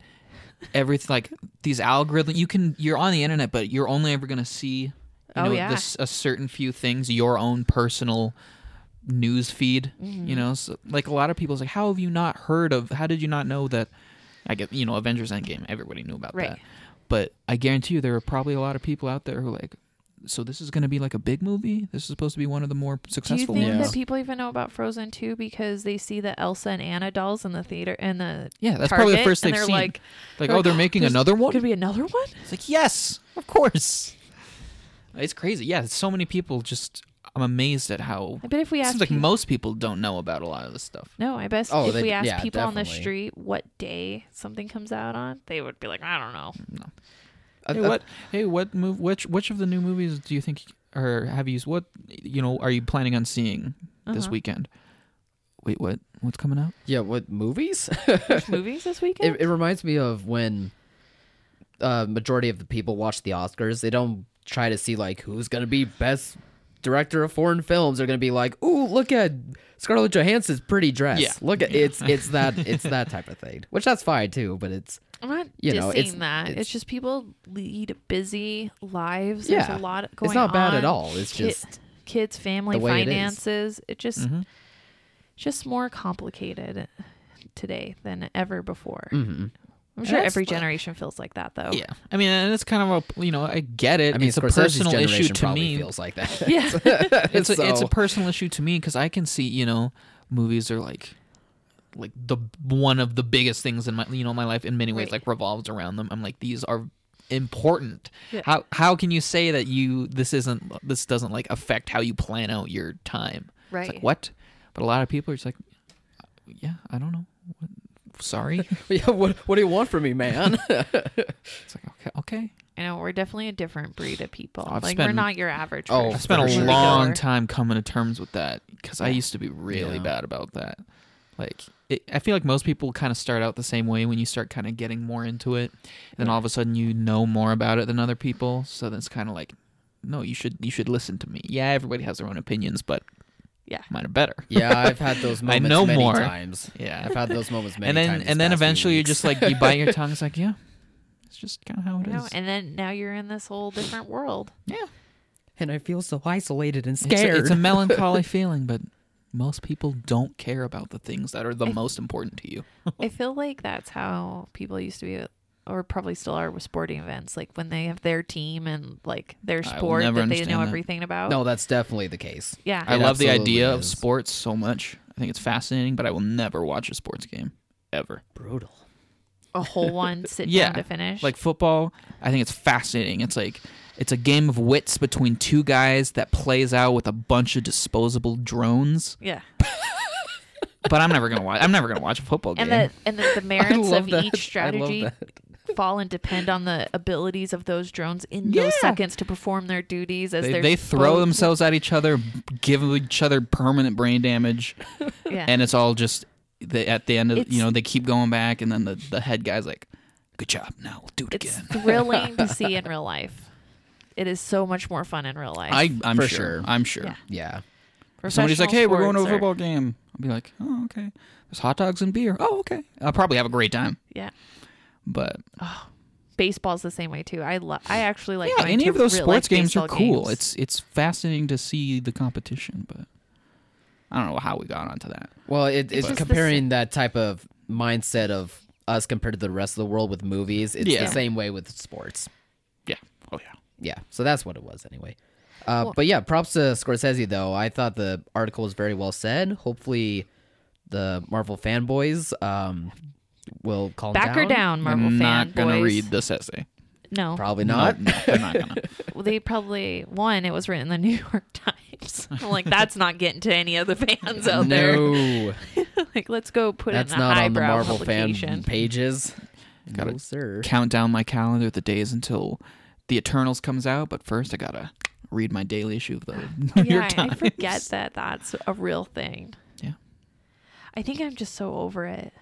everything like these algorithms you can you're on the internet, but you're only ever gonna see you Oh, know yeah. this a certain few things, your own personal news feed. Mm-hmm. You know, so, like a lot of people's like, How have you not heard of how did you not know that I get you know, Avengers Endgame, everybody knew about Right. that. But I guarantee you there are probably a lot of people out there who are like so this is going to be like a big movie. This is supposed to be one of the more do you successful think ones. that people even know about Frozen two because they see the Elsa and Anna dolls in the theater in the Yeah, that's probably the Target, first and they've they're seen. Like, like, oh, they're making another one. Could be another one. It's like, yes, of course. It's crazy. Yeah, so many people just. I'm amazed at how. I bet if we it asked seems like peop- most people don't know about a lot of this stuff. No, I bet Oh, if they- we asked yeah, people on the definitely. street what day something comes out on, they would be like, I don't know. Hey, what? Hey, what move? Which which of the new movies do you think or have you? What you know? Are you planning on seeing this Uh-huh. weekend? Wait, what? What's coming out? Yeah, what movies? There's movies this weekend? It, it reminds me of when uh, majority of the people watch the Oscars. They don't try to see like who's gonna be best director of foreign films. They're gonna be like, "Ooh, look at Scarlett Johansson's pretty dress. Yeah. Look at it's it's that it's that type of thing." Which that's fine too, but it's I'm not you dissing know, it's- that. It's, it's- just people lead busy lives. Yeah. There's a lot going on. not bad at all. It's Ki- just kids, family, the way it is. Mm-hmm. finances. It, just it's just more complicated today than ever before. Mm-hmm. I'm sure that's every what- generation feels like that though. Yeah, I mean, and it's kind of a you know, I get it. Oh. I mean, it's a Scorsese's personal generation issue to probably me. feels like that. Yeah. it's a, it's So- a personal issue to me because I can see you know movies are like like the one of the biggest things in my you know my life in many ways Right. like revolves around them. I'm like these are important. Yeah. How how can you say that you this isn't this doesn't like affect how you plan out your time? It's Right. like what? But a lot of people are just like, yeah, I don't know. What? Sorry. yeah, what what do you want from me, man? it's like okay, okay. I know we're definitely a different breed of people. I've like we're spent- not your average. Oh, person. I spent for a sure. long Sure. time coming to terms with that because I used to be really Yeah. bad about that. Like, it, I feel like most people kind of start out the same way when you start kind of getting more into it, and then all of a sudden you know more about it than other people. So that's kind of like, no, you should you should listen to me. Yeah, everybody has their own opinions, but Yeah. mine are better. yeah, I've had those I moments know many more. times. Yeah, I've had those moments many and then times. these and then past few eventually you're weeks. just like you bite your tongue. It's like yeah, it's just kind of how it I is. know, and then now you're in this whole different world. yeah, and I feel so isolated and It's a- scared. It's a, melancholy feeling, but most people don't care about the things that are the most important to you. I feel like that's how people used to be, or probably still are, with sporting events. Like when they have their team and like their will sport never that they understand know that. everything about. no, that's definitely the case. Yeah. I It love the absolutely idea of is. sports so much. I think it's fascinating, but I will never watch a sports game ever. Brutal. a whole one sit Yeah. down to finish. Like football, I think it's fascinating. It's like it's a game of wits between two guys that plays out with a bunch of disposable drones. yeah. But I'm never gonna watch. I'm never gonna watch a football game. And the and the, the merits of love that. I each love strategy that. fall and depend on the abilities of those drones in those Yeah. seconds to perform their duties as They, they're they throw both- themselves at each other, give each other permanent brain damage, Yeah. and it's all just the, at the end of It's- you know they keep going back, and then the, the head guy's like, "Good job, now we'll do it it's again." thrilling to see in real life. It is so much more fun in real life. I I'm For sure. sure. I'm sure. Yeah. Yeah. If somebody's like, "Hey, Professional we're going to a sports are- football game," I'll be like, "Oh, okay." There's hot dogs and beer. Oh, okay. I'll probably have a great time, Yeah. but Baseball's the same way too. I love I actually like yeah, going any to of those real sports life games are baseball cool. games. It's it's fascinating to see the competition, but I don't know how we got onto that. Well, it, it's just the comparing that type of mindset of us compared to the rest of the world with movies. It's Yeah. the same way with sports. Yeah. Oh yeah. Yeah. So that's what it was anyway. Uh, but yeah, props to Scorsese though. I thought the article was very well said. Hopefully, the Marvel fanboys um, will calm back down. or down, Marvel I'm fan not gonna boys. read this essay. No, Probably not. No, no, they're not gonna. Well, they probably one. It was written in the New York Times. I'm like, that's not getting to any of the fans out there. No, like, let's go put that's it in a not on the highbrow Marvel fan publication. pages. Gotta no, sir. Count down my calendar the days until the Eternals comes out, but first I gotta read my daily issue of the New yeah, York I I Times. forget that that's a real thing. Yeah. I think I'm just so over it.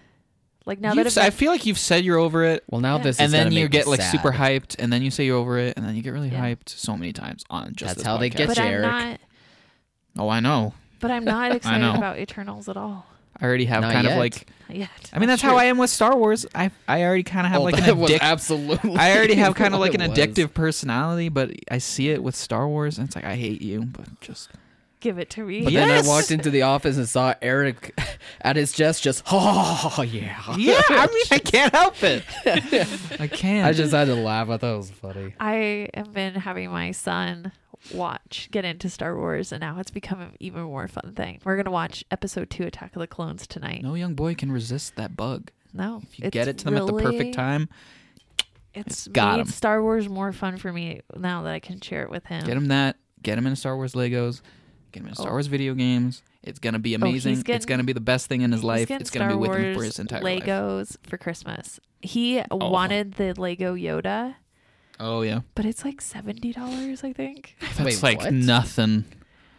Like now You've that s- I I've been- feel like you've said you're over it, Well, now this is and then gonna you make get me like sad. super hyped, and then you say you're over it, and then you get really Yeah. hyped so many times on just That's this how they podcast. get but you, I'm Eric. not. Oh, I know. But I'm not excited know. about Eternals at all I already have Not kind yet. of like. Not yet. I mean, that's how I am with Star Wars. I I already kind of have Oh, like that an was addic- absolutely. I already have kind of what like an it was. addictive personality, but I see it with Star Wars, and it's like I hate you, but just Give it to me. But then I walked into the office and saw Eric at his desk just, oh, yeah. yeah. I mean, I can't help it. I can't. I just had to laugh. I thought it was funny. I have been having my son watch get into Star Wars, and now it's become an even more fun thing. We're gonna watch Episode Two: Attack of the Clones tonight. no young boy can resist that bug. No, If you get it to them at the perfect time, It's got made 'em. Star Wars more fun for me now that I can share it with him. get him that. Get him in Star Wars Legos. Get him in Star Wars video games. It's gonna be amazing. it's Oh. getting- gonna be the best thing in his He's life. getting It's gonna Star be with Wars him for his entire life. Legos for Christmas. He wanted the Lego Yoda, Oh yeah, but it's like seventy dollars, I think. that's Wait, like what? nothing.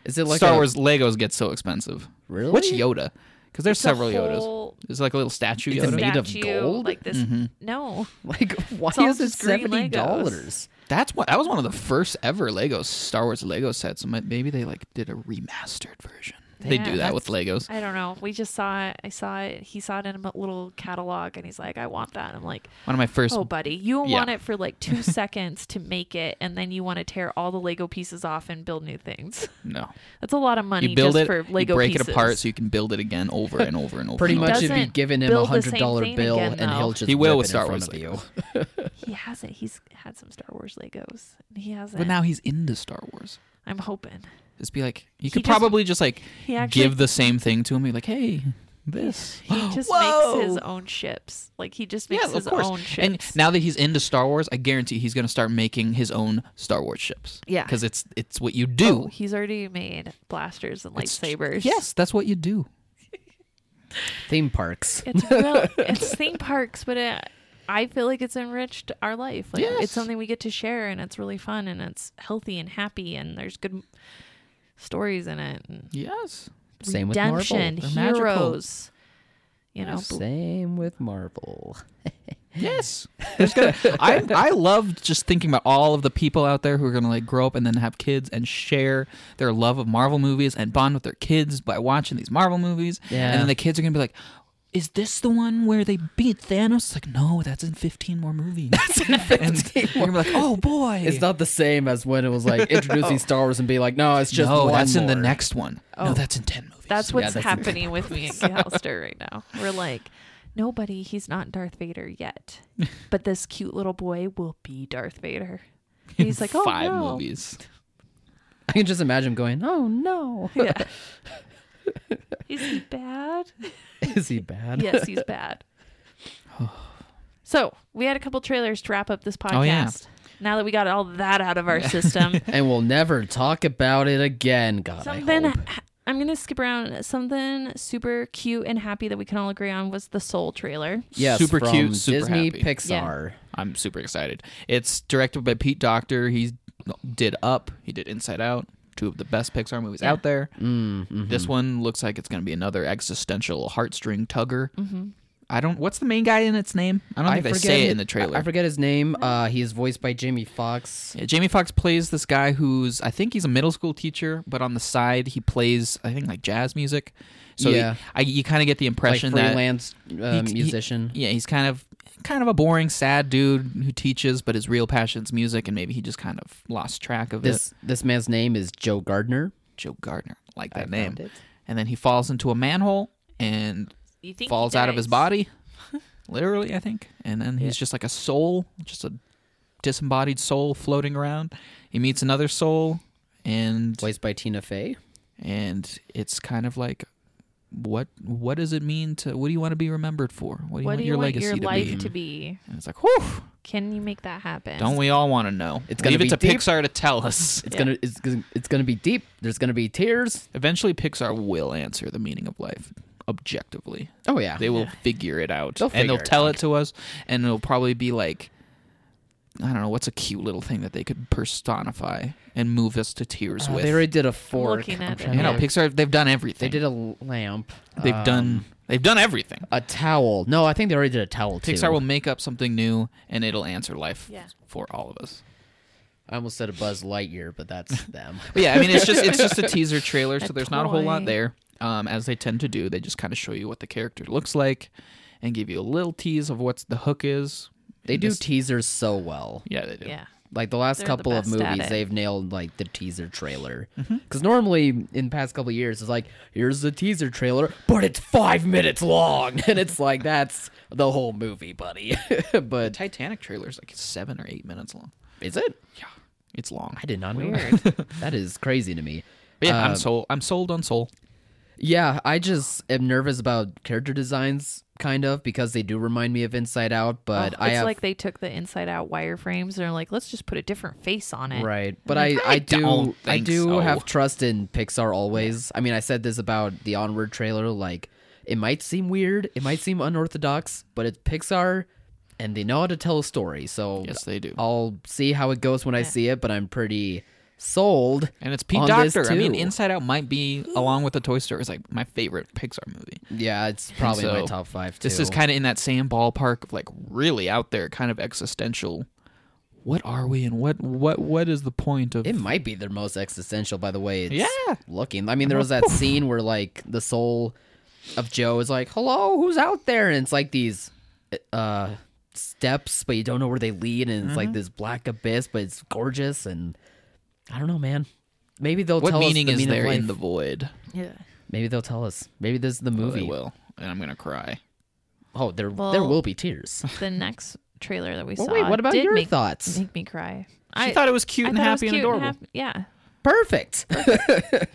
Is it like Star a- Wars Legos get so expensive. Really? Which Yoda? Because there's It's a several Yodas. whole There's like a little statue It's Yoda. made of statue, gold? like this. Mm-hmm. No, Like, why It's all is it just green seventy Legos. dollars? That's what that was one of the first ever Lego Star Wars Lego sets. Ma- Maybe they like did a remastered version. they Yeah, do that with Legos. I don't know. We just saw it. I saw it. He saw it in a little catalog, and he's like, "I want that." I'm like, One of my first. "Oh, buddy, you Yeah. want it for like two seconds to make it, and then you want to tear all the Lego pieces off and build new things. no, That's a lot of money you build just it, for Lego you break pieces. it apart so you can build it again over and over and over. Pretty and over. much, if you doesn't give him a build the same hundred dollar thing bill, again, and though. he'll just He will rip with it Star in front Wars of you. Legos. he has it. He's had some Star Wars Legos. and He has But it. now he's into Star Wars. I'm hoping. Just be like, you could just- probably just like he actually- give the same thing to him. Be like, hey, this. He just Whoa! makes his own ships. Like he just makes Yeah, of his course. own ships. And now that he's into Star Wars, I guarantee he's going to start making his own Star Wars ships. Yeah. because it's it's what you Oh, do. he's already made blasters and It's- lightsabers. Yes, that's what you do. Theme parks. It's real, it's theme parks, but it, I feel like it's enriched our life. Like Yes. it's something we get to share, and it's really fun, and it's healthy and happy, and there's good stories in it. And Yes. Same with redemption, Marvel. They're magical. heroes. You know, bl- Same with Marvel. Yes. There's gonna, I I love just thinking about all of the people out there who are gonna like grow up and then have kids and share their love of Marvel movies and bond with their kids by watching these Marvel movies. Yeah. And then the kids are gonna be like, is this the one where they beat Thanos? It's like, no, that's in 15 more movies. That's in 15 and more. You're gonna be like, oh boy. It's not the same as when it was like introducing Star Wars and be like, no, it's just no, one that's in the more." next one. No, that's in 10 movies. that's what's that's- happening with me and Calster right now. We're like, nobody. He's not Darth Vader yet, but this cute little boy will be Darth Vader. And he's like, oh five no. movies. I can just imagine going, oh no, Yeah. Is he bad? is he bad? Yes, he's bad. so we had a couple trailers to wrap up this podcast. Oh, yeah. Now that we got all that out of our system, and we'll never talk about it again. God, I something hope. I'm gonna skip around. Something super cute and happy that we can all agree on was the Soul trailer. Yes, super from cute, super Disney happy. Pixar. I'm super excited. It's directed by Pete Doctor. He did Up. He did Inside Out. Two of the best Pixar movies out there. Mm, mm-hmm. This one looks like it's going to be another existential heartstring tugger. Mm-hmm. I don't. What's the main guy in its name? I don't think they say it in the trailer. I, I forget his name. Uh, he is voiced by Jamie Foxx. Yeah, Jamie Foxx plays this guy who's I think he's a middle school teacher, but on the side he plays I think like jazz music. So Yeah. yeah. I, you kind of get the Like impression that freelance uh, he- he- musician. Mm-hmm. yeah, he's kind of kind of a boring, sad dude who teaches, but his real passion's music, and maybe he just kind of lost track of it. this this man's name is Joe Gardner. Joe Gardner, I like that found name. it. And then he falls into a manhole and You think he falls out of his dies. body, literally, I think. And then he's just like a soul, just a disembodied soul floating around. He meets another soul, and Voiced by Tina Fey. and it's kind of like. What what does it mean to what do you want to be remembered for? What do you What want do you your want legacy your to life be? to be? And it's like, whew, Can you make that happen? Don't we all want to know? It's gonna Leave be it to deep. Pixar to tell us. It's gonna it's gonna it's gonna be deep. There's gonna be tears. Eventually, Pixar will answer the meaning of life objectively. Oh yeah. They will figure it out, They'll and figure they'll it tell it to us, and it'll probably be like, I don't know, what's a cute little thing that they could personify and move us to tears Uh, with. they already did a fork. looking I'm at trying it. to you know, Yeah. remember. Pixar. They've done everything. They did a l- lamp. They've Um, done. They've done everything. a towel. No, I think they already did a towel too. Pixar will make up something new, and it'll answer life Yeah. for all of us. I almost said a Buzz Lightyear, but that's them. But yeah, I mean, it's just it's just a teaser trailer, A so there's not a whole lot toy. there. Um, as they tend to do, they just kind of show you what the character looks like, and give you a little tease of what the hook is. They And do this- teasers so well. yeah, they do. Yeah. Like the last They're the couple of best at movies, it. Mm-hmm. they've nailed like the teaser trailer. Because normally in past couple of years, it's like here's the teaser trailer, but it's five minutes long, and it's like that's the whole movie, buddy. The but Titanic trailer is like seven or eight minutes long. is it? Yeah, it's long. I did not know. That. that is crazy to me. But yeah, Um, I'm sold. I'm sold on Soul. Yeah, I just am nervous about character designs, kind of, because they do remind me of Inside Out. But Oh, I it's have like they took the inside out wireframes and are like, let's just put a different face on it. Right, but I, I, I do don't I think do so. have trust in Pixar always. I mean, I said this about the Onward trailer. Like, it might seem weird, it might seem unorthodox, but it's Pixar, and they know how to tell a story. So Yes, they do. I'll see how it goes when I see it, but I'm pretty sold. And it's Pete on this Doctor. I mean, too. Inside Out might be, along with the Toy Story, is like my favorite Pixar movie. yeah, it's probably my so top five. Too. This is kind of in that same ballpark of like really out there, kind of existential. What are we and what what what is the point of It might be their most existential, by the way. It's Yeah. Looking. I mean, Uh-huh. there was that scene where, like, the soul of Joe is like, hello, who's out there? And it's like these uh, steps, but you don't know where they lead. And it's Mm-hmm. like this black abyss, but it's gorgeous. And I don't know, man. Maybe they'll what tell meaning us the is meaning there of in the life. void? Yeah. Maybe they'll tell us. Maybe this is the Oh, movie. They will, and I'm gonna cry. Oh, there there Well- will be tears. The next trailer that we Well, saw. wait, what about did your make, thoughts? Make me cry. She I thought it was cute I and thought it was happy and cute adorable. hap- yeah. Perfect.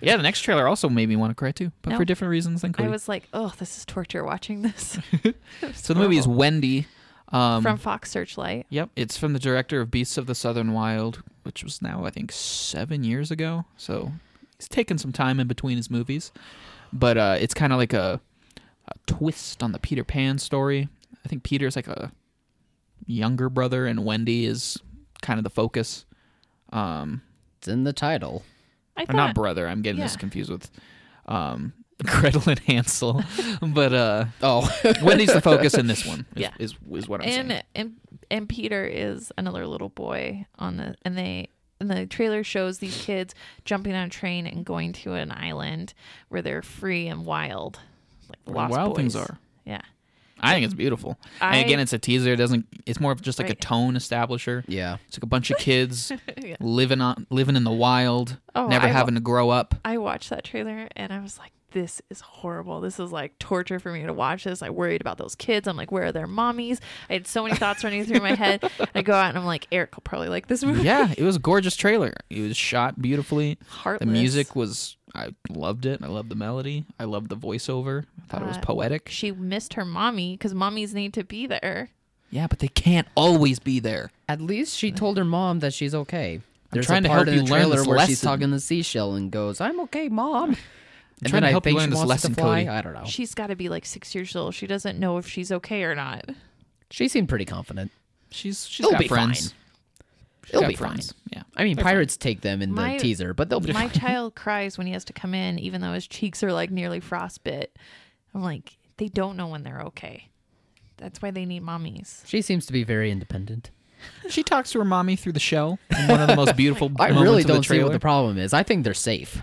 yeah, the next trailer also made me want to cry too, but No. for different reasons than Cody. I was like, oh, this is torture watching this so the movie is Wendy. Um, from Fox Searchlight. yep, it's from the director of Beasts of the Southern Wild, which was now I think seven years ago. So he's taken some time in between his movies, but uh, it's kind of like a, a twist on the Peter Pan story. I think Peter's like a younger brother, and Wendy is kind of the focus. Um, it's in the title. I or thought not brother. I'm getting this yeah. confused with um, Gretel and Hansel. but uh, Oh, Wendy's the focus in this one. Is, Yeah. is, is what I'm saying. and and and Peter is another little boy on the and they and the trailer shows these kids jumping on a train and going to an island where they're free and wild, like the Where Lost wild things Boys. are. Yeah, I think it's beautiful. I- and again, it's a teaser. It doesn't. It's more of just like Right. a tone establisher. yeah. It's like a bunch of kids Yeah. living on living in the wild, Oh, never I wa- having to grow up. I watched that trailer and I was like, this is horrible. This is like torture for me to watch this. I worried about those kids. I'm like, where are their mommies? I had so many thoughts running through my head. I go out and I'm like, Eric will probably like this movie. yeah, it was a gorgeous trailer. It was shot beautifully. Heartless. The music was. I loved it. I loved the melody. I loved the voiceover. I thought it was Uh, poetic. She missed her mommy because mommies need to be there. Yeah, but they can't always be there. At least she told her mom that she's okay. There's trying a to part help in you the learn trailer this where she's lesson. talking to the seashell and goes, "I'm okay, mom." And trying to help you learn this wants it lesson, to fly. Cody. I don't know. She, She's got to be like six years old. She doesn't know if she's okay or not. seemed pretty confident. She's she's It'll got be friends. fine. She's It'll got be friends. fine. Yeah. I mean, pirates take them in the My- teaser, but they'll be My fine. child cries when he has to come in, even though his cheeks are like nearly frostbit. I'm like, they don't know when they're okay. That's why they need mommies. She seems to be very independent. She talks to her mommy through the shell. in One of the most beautiful. I moments really of the don't see what trailer. the problem is. I think they're safe.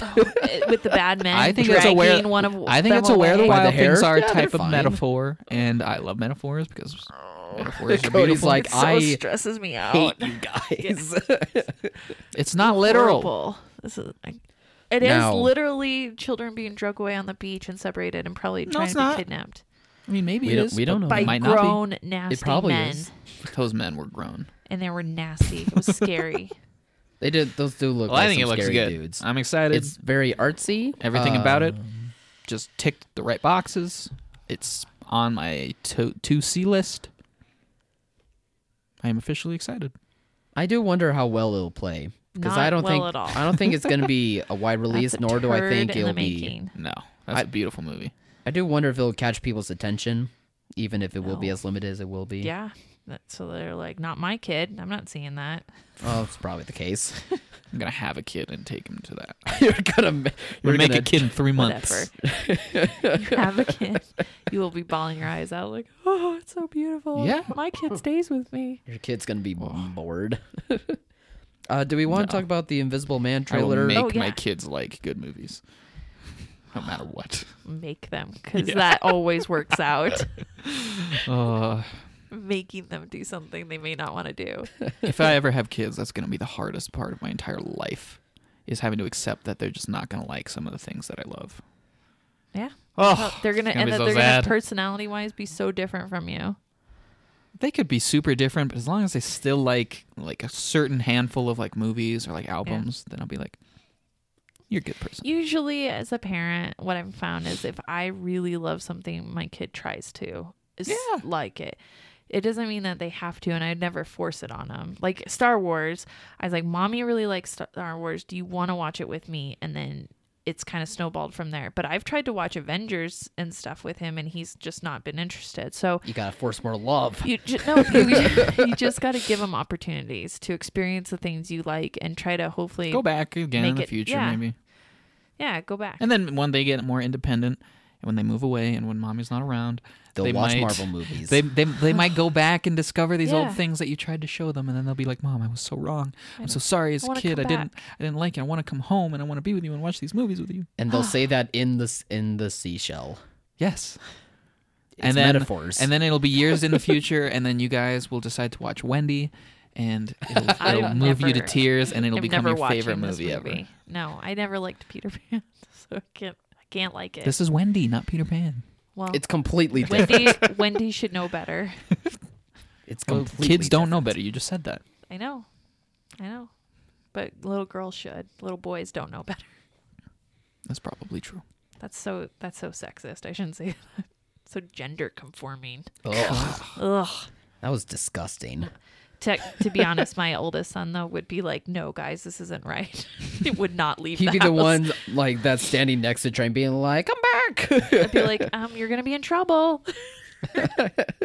Eh, With the bad men, I think it's dragging aware. one of I think them it's aware the away. By the wild things hair? are a Yeah, type they're of fine. metaphor, and I love metaphors because metaphors Cody's are beautiful. like, It so I stresses me out. you guys. it's not literal. Horrible. This is. I, it is No. literally children being drug away on the beach and separated and probably No, trying it's to be not. kidnapped I mean, maybe We it don't- is, we but don't know. by It might not be. grown nasty It probably men, is. Those men were grown. and they were nasty. It was scary. They did. Those do look. Well, like I think it some looks scary good. dudes. I'm excited. It's very artsy. Everything about it Um, just ticked the right boxes. It's on my to to see list. I am officially excited. I do wonder how well it'll play because Not I don't well think at all. I don't think it's going to be a wide release, That's a nor do I turd think in the it'll be. making. No, that's a beautiful movie. I do wonder if it'll catch people's attention, even if it will be No. as limited as it will be. Yeah. That, so they're like, not my kid. I'm not seeing that. oh, it's probably the case. I'm gonna have a kid and take him to that. you're gonna ma- We're you're make gonna a kid in three months. Whatever. you have a kid, you will be bawling your eyes out like, oh, it's so beautiful. Yeah. My kid stays with me. Your kid's gonna be bored. uh, do we want to No. talk about the Invisible Man I will trailer? make Oh, my yeah. kids like good movies, no matter what. Make them because that always works out. Uh, Making them do something they may not want to do. if I ever have kids, that's gonna be the hardest part of my entire life, is having to accept that they're just not gonna like some of the things that I love. Yeah. Oh, Well, they're gonna, it's gonna and be that so they're gonna sad. personality wise be so different from you. they could be super different, but as long as they still like like a certain handful of like movies or like albums, then I'll be like, you're a good person. Usually, as a parent, what I've found is if I really love something, my kid tries to s- Yeah. like it. It doesn't mean that they have to, and I'd never force it on them. Like Star Wars, I was like, "Mommy really likes Star- Star Wars. Do you want to watch it with me?" And then it's kind of snowballed from there. But I've tried to watch Avengers and stuff with him, and he's just not been interested. So You gotta force more love. you ju- no, you, you just got to give them opportunities to experience the things you like and try to hopefully Go back again in Make the it- future, yeah. maybe. Yeah, go back. And then when they get more independent, and when they move away, and when mommy's not around, They'll they watch might- Marvel movies. They, they, they might go back and discover these Yeah. old things that you tried to show them, and then they'll be like, "Mom, I was so wrong. I'm so sorry as I a wanna kid. I come didn't I didn't like it. I want to come home and I want to be with you and watch these movies with you." and they'll say that in the s- in the seashell. Yes. It's and then, metaphors. And then it'll be years in the future, and then you guys will decide to watch Wendy, and it'll, I've it'll move you to never- tears, and it'll I'm become never your favorite watching this movie, ever. No, I never liked Peter Pan, so I can't. I can't like it. This is Wendy, not Peter Pan. well, It's completely different. Wendy. Wendy should know better. It's Well, completely kids don't know better. You just said that. I know, I know, but little girls should. Little boys don't know better. That's probably true. That's so. That's so sexist. I shouldn't say that. So gender conforming. different. Ugh, Ugh. that was disgusting. To, to be honest, my oldest son though would be like, "No, guys, this isn't right." he would not leave. He'd the be the house. one like that's standing next to Trent, being like, "Come back." I'd be like, um, "You're gonna be in trouble." That's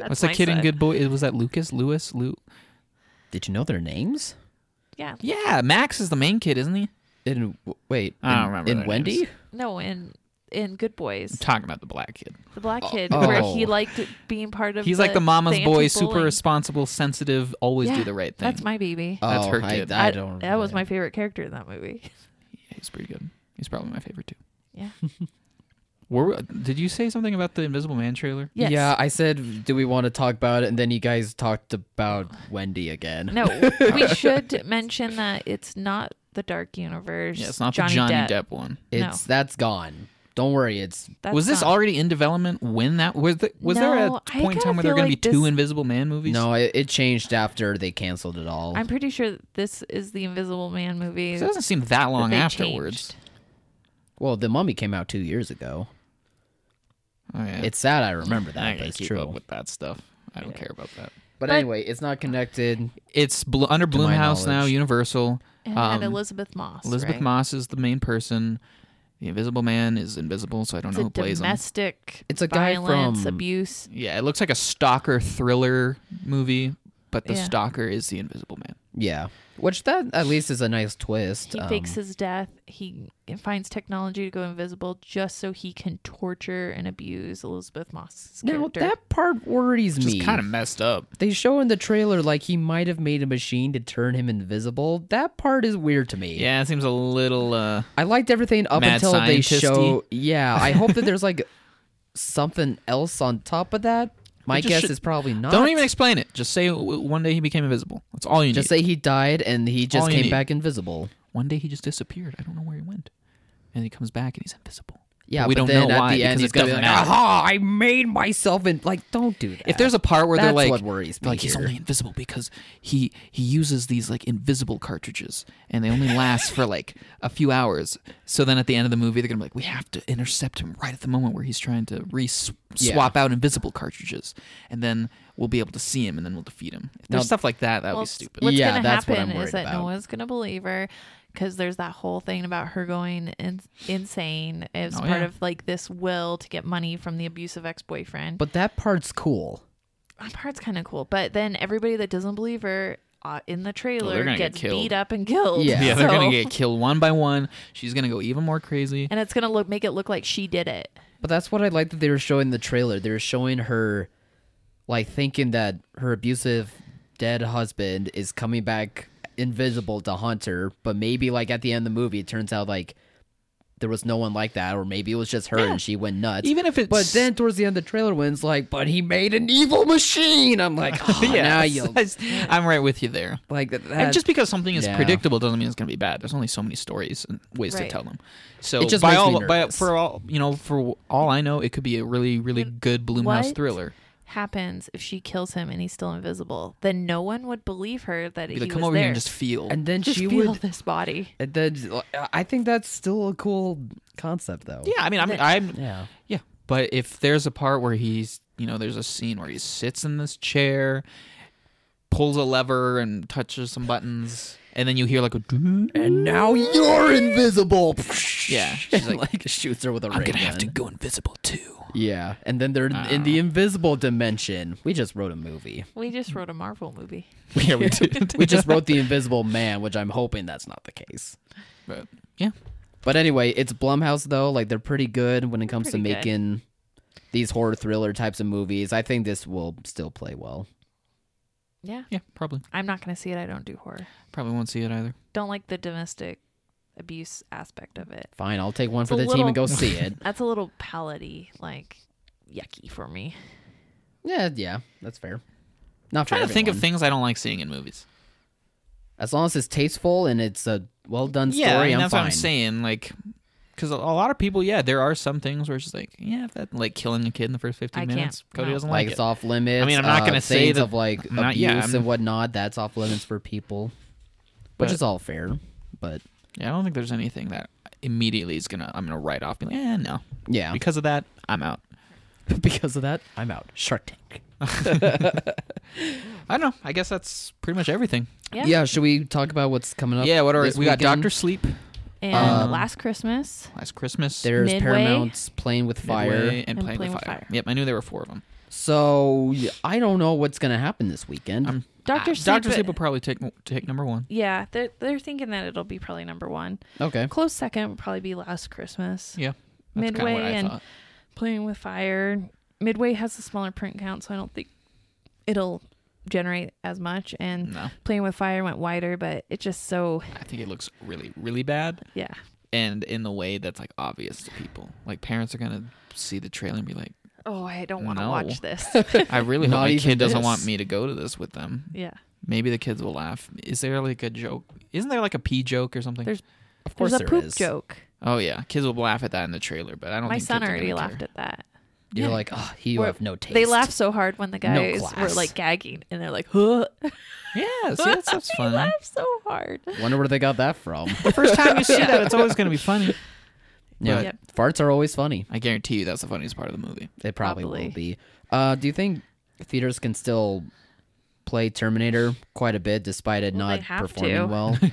What's that my kid in son. Good Boy? Was that Lucas? Lewis? Lou? Did you know their names? Yeah. Yeah, Max is the main kid, isn't he? In w- wait, I don't in- remember in their Wendy. names. No, in in Good Boys. I'm talking about the black kid. The black kid, oh. where he liked being part of. He's like the mama's boy, super anti-bullying. responsible, sensitive, always do Yeah, the right thing. That's my baby. Oh, That's her I, kid. I, don't. That was remember. my favorite character in that movie. Yeah, he's pretty good. He's probably my favorite too. Yeah. Were, did you say something about the Invisible Man trailer? Yes. Yeah, I said, do we want to talk about it? And then you guys talked about Wendy again. No, we should mention that it's not the Dark Universe. Yeah, it's not the Johnny Depp, one. it's that's gone. Don't worry, it's That's was this not- already in development when that was? The, was there a No, I point in time kinda where there were feel going like to be two this- Invisible Man movies? no, it, it changed after they canceled it all. I'm pretty sure that this is the Invisible Man movie. 'Cause it doesn't seem that that long they afterwards. changed. well, the Mummy came out two years ago. Oh, yeah. It's sad I remember that, I but gotta it's keep up true. with that stuff. I don't care about that. But, But- anyway, it's not connected. It's bl- under my Bloomhouse now. knowledge. Universal. And it Um, had Elizabeth Moss. Elizabeth right? Moss is the main person. The Invisible Man is invisible, so I don't It's know a who plays him. domestic. It's a guy violence, from- abuse. Yeah, it looks like a stalker thriller movie, but the Yeah. stalker is the Invisible Man. Yeah, which that at least is a nice twist. He um, fakes his death. He finds technology to go invisible just so he can torture and abuse Elizabeth Moss's now character. that part worries Which me. is kind of messed up. they show in the trailer like he might have made a machine to turn him invisible. That part is weird to me. Yeah, it seems a little. uh I liked everything up Mad until they scientist-y. show. Yeah, I hope that there's like something else on top of that. My just guess should- is probably not. Don't even explain it. Just say w- one day he became invisible. That's all you just need. say he died and he just All you came need. back invisible. one day he just disappeared. I don't know where he went, and he comes back and he's invisible. Yeah, But we but don't then know at why the end because he's it gonna be doesn't like, "Ah!" matter. "Aha! I made myself in." Like, don't do that. If there's a part where they're That's like, what worries me like he's here. only invisible because he he uses these like invisible cartridges and they only last for like a few hours. So then at the end of the movie, they're gonna be like, we have to intercept him right at the moment where he's trying to re swap out invisible cartridges, and then we'll be able to see him and then we'll defeat him. If there's Now- stuff like that. That would Well, be stupid. What's Yeah, gonna that's what happen I'm worried is that about. no one's gonna believe her because there's that whole thing about her going in- insane as Oh, part yeah. of like this will to get money from the abusive ex boyfriend. but that part's cool. that part's kind of cool. But then everybody that doesn't believe her uh, in the trailer gonna get gets killed. beat up and killed. Yeah. Yeah, they're gonna So- get killed one by one. She's gonna go even more crazy. and it's gonna look make it look like she did it. But that's what I like that they were showing the trailer. They were showing her, like, thinking that her abusive dead husband is coming back invisible to hunt her. But maybe, like, at the end of the movie, it turns out, like, there was no one like that, or maybe it was just her and she went nuts. Even if it's but then towards the end, the trailer wins, like, but he made an evil machine. I'm like, oh, now you I'm right with you there. like that. and just because something is yeah. predictable doesn't mean it's going to be bad. There's only so many stories and ways to Right. tell them. So It just by makes me all, by, nervous. for all you know, for all I know, it could be a really, really good Bloomhouse what? thriller. Happens if she kills him and he's still invisible, then no one would believe her that Be he like, come was over there. here and just feel. and then Just she feel would. this body. And then I think that's still a cool concept, though. yeah, I mean, I'm, I'm, Yeah. yeah. But if there's a part where he's, you know, there's a scene where he sits in this chair, pulls a lever and touches some buttons, and then you hear like a, "Doo." And now you're invisible. yeah, She's she's like, like, shoots her with a I'm ray gonna have to gun. go Ah. invisible too. Yeah, and then they're in the invisible dimension. We just wrote a movie. We just wrote a Marvel movie. Yeah, we did. We just wrote the Invisible Man, which I'm hoping that's not the case. But, yeah, But anyway, it's Blumhouse though. Like they're pretty good when it comes to Pretty good. making these horror thriller types of movies. I think this will still play well. Yeah, yeah, probably, I'm not gonna see it. I don't do horror. probably won't see it either. Don't like the domestic abuse aspect of it. Fine, I'll take one It's for a the team and go little- see it. That's a little pallety, like yucky for me. yeah, yeah, that's fair. Not for trying to think of everyone. things I don't like seeing in movies. As long as it's tasteful and it's a well done story, yeah, I mean, I'm that's fine. what I'm saying. Like, because a, a lot of people, yeah, there are some things where it's just like, yeah, if that like killing a kid in the first 15 I can't. minutes, Cody No. doesn't like, like, it's it. off limits. I mean, I'm not uh, gonna say things that- of like I'm not- abuse yeah, I'm- and whatnot. That's off limits for people, But- which is all fair. But Yeah, I don't think there's anything that immediately is gonna I'm gonna write off. Be like, eh, no, yeah, because of that, I'm out. because of that, I'm out. Shark Tank. I don't know. I guess that's pretty much everything. Yeah. Yeah, should we talk about what's coming up? yeah, what are this we got? weekend? Doctor Sleep And Um, last Christmas, last Christmas. There's Midway. Paramount's playing with fire. Midway, And and, playing, with fire. Yep, I knew there were four of them. So yeah, I don't know what's gonna happen this weekend. I'm, Doctor uh, Sleep. Doctor Sleep will probably take take number one. yeah, they're they're thinking that it'll be probably number one. okay. Close second would probably be Last Christmas. Yeah, that's kinda Midway what I and- thought. Playing with Fire. Midway has a smaller print count, so I don't think it'll generate as much. And No, Playing with Fire went wider, but it just so I think it looks really really bad. yeah. and in the way that's like obvious to people. Like parents are gonna see the trailer and be like, Oh, I don't want to No. watch this. "I really hope Not my even kid doesn't this. want me to go to this with them." yeah, Maybe the kids will laugh. Is there like a joke? Isn't there like a pee joke or something? There's- Of course there's a there poop is. joke. oh yeah, kids will laugh at that in the trailer, but I don't. My think son kids are already gonna laughed care. at that. You're Yeah. like, oh, you We're- have no taste. They laughed so hard when the guys were class. like gagging, and they're like, "Huh." Yeah, see that stuff's they fun. laughed so hard. Wonder where they got that from. First time you see that, it's always gonna be funny. yeah, Yep. farts are always funny. I guarantee you, that's the funniest part of the movie. They probably, Probably. will be. Uh, do you think theaters can still play Terminator quite a bit despite it Well, they not have performing to. well? they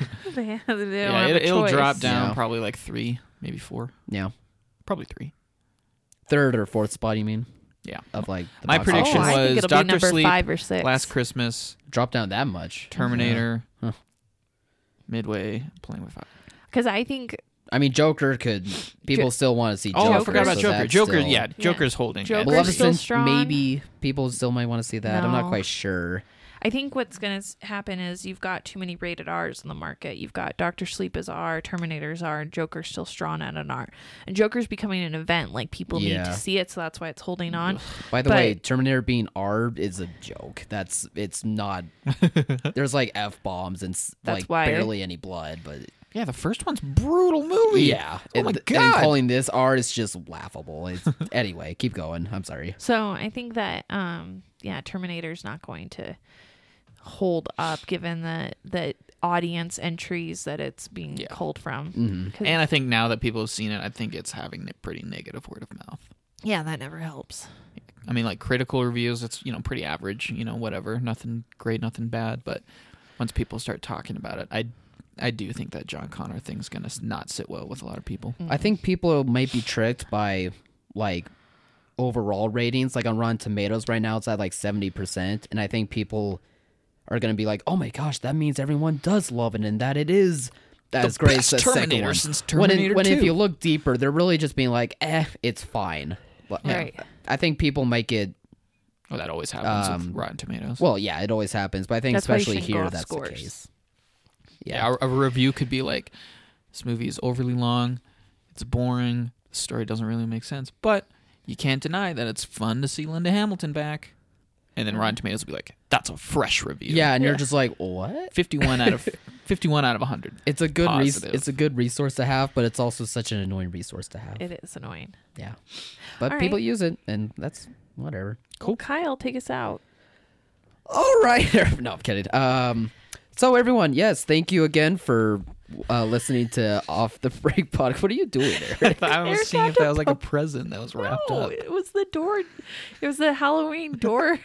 have- they don't yeah, have it, a it'll drop choice. down Yeah. probably like three, maybe four, yeah. probably three. Third or fourth spot, you mean? Yeah. of like the My box prediction oh, office. I think was it'll Dr. be number Sleep, five or six. Last Christmas, dropped down that much. Terminator, Huh. Midway, playing with fire. because I think I mean, Joker could people Jo- still want to see. Oh, Joker, I forgot about so Joker. that's Joker, still- yeah, Joker's holding. it. Joker- Maleficent, still strong. maybe people still might want to see that. I'm not No. quite sure. I think what's going to happen is you've got too many rated R's in the market. You've got Doctor Sleep is R, Terminator's R, and Joker's still strong at an R. And Joker's becoming an event. Like people need Yeah. to see it, so that's why it's holding on. By the But- way, Terminator being R is a joke. That's it's not. there's like f bombs and s- That's like why- barely any blood, but Yeah, the first one's brutal movie. yeah. Oh my and, and god. calling this R is just laughable. It's, anyway, keep going. I'm sorry. So I think that um yeah, Terminator's not going to hold up given the the audience entries that it's being Yeah. culled from. Mm-hmm. and I think now that people have seen it, I think it's having a pretty negative word of mouth. Yeah, that never helps. I mean, like critical reviews, it's you know pretty average, you know whatever, nothing great, nothing bad. But once people start talking about it, I I do think that John Connor thing's gonna s- not sit well with a lot of people. Mm. I think people might be tricked by like overall ratings. Like on Rotten Tomatoes right now, it's at like 70%. And I think people are going to be like, oh my gosh, that means everyone does love it and that it is as great as best the second Terminator one. since when in- Terminator when if 2. you look deeper, they're really just being like, eh, it's fine. But, yeah, Right. I think people might get, Well, Oh, that always happens Um, with Rotten Tomatoes. well, yeah, it always happens. But I think That's why you especially shouldn't go here, off that's the scores. case. yeah, a, a review could be like, this movie is overly long, it's boring, the story doesn't really make sense, but you can't deny that it's fun to see Linda Hamilton back. And then Rotten Tomatoes will be like, that's a fresh review. Yeah, and you're just like, what? 51 out of 51 out of 100. It's a good res- Positive. it's a good resource to have, but it's also such an annoying resource to have. It is annoying. Yeah. But All people right. use it, and that's whatever. Cool. Kyle, take us out. All right. no, I'm kidding. Um, so, everyone, yes, thank you again for uh, listening to Off the Break Pod. What are you doing there? I was There's seeing if not a that was like a present that was wrapped No, up. it was the door. It was the Halloween door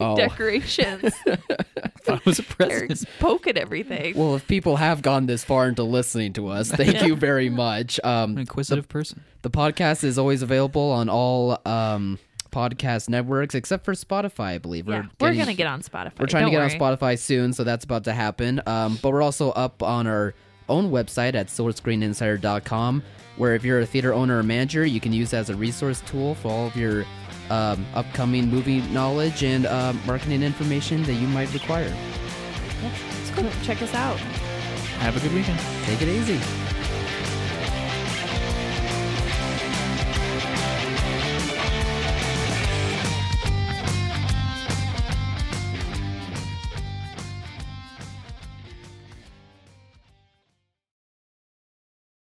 Oh. decorations. That was a present. Eric's poking everything. well, if people have gone this far into listening to us, thank you very much. I'm an Um, inquisitive person. the podcast is always available on all um, podcast networks except for Spotify, I believe. yeah, we're getting- gonna get on Spotify. We're trying Don't to get worry. on Spotify soon, so that's about to happen. Um, but we're also up on our own website at silverscreeninsider.com, where if you're a theater owner or manager, you can use that as a resource tool for all of your um, upcoming movie knowledge and uh, marketing information that you might require. Cool. Check us out. Have a good weekend. Take it easy.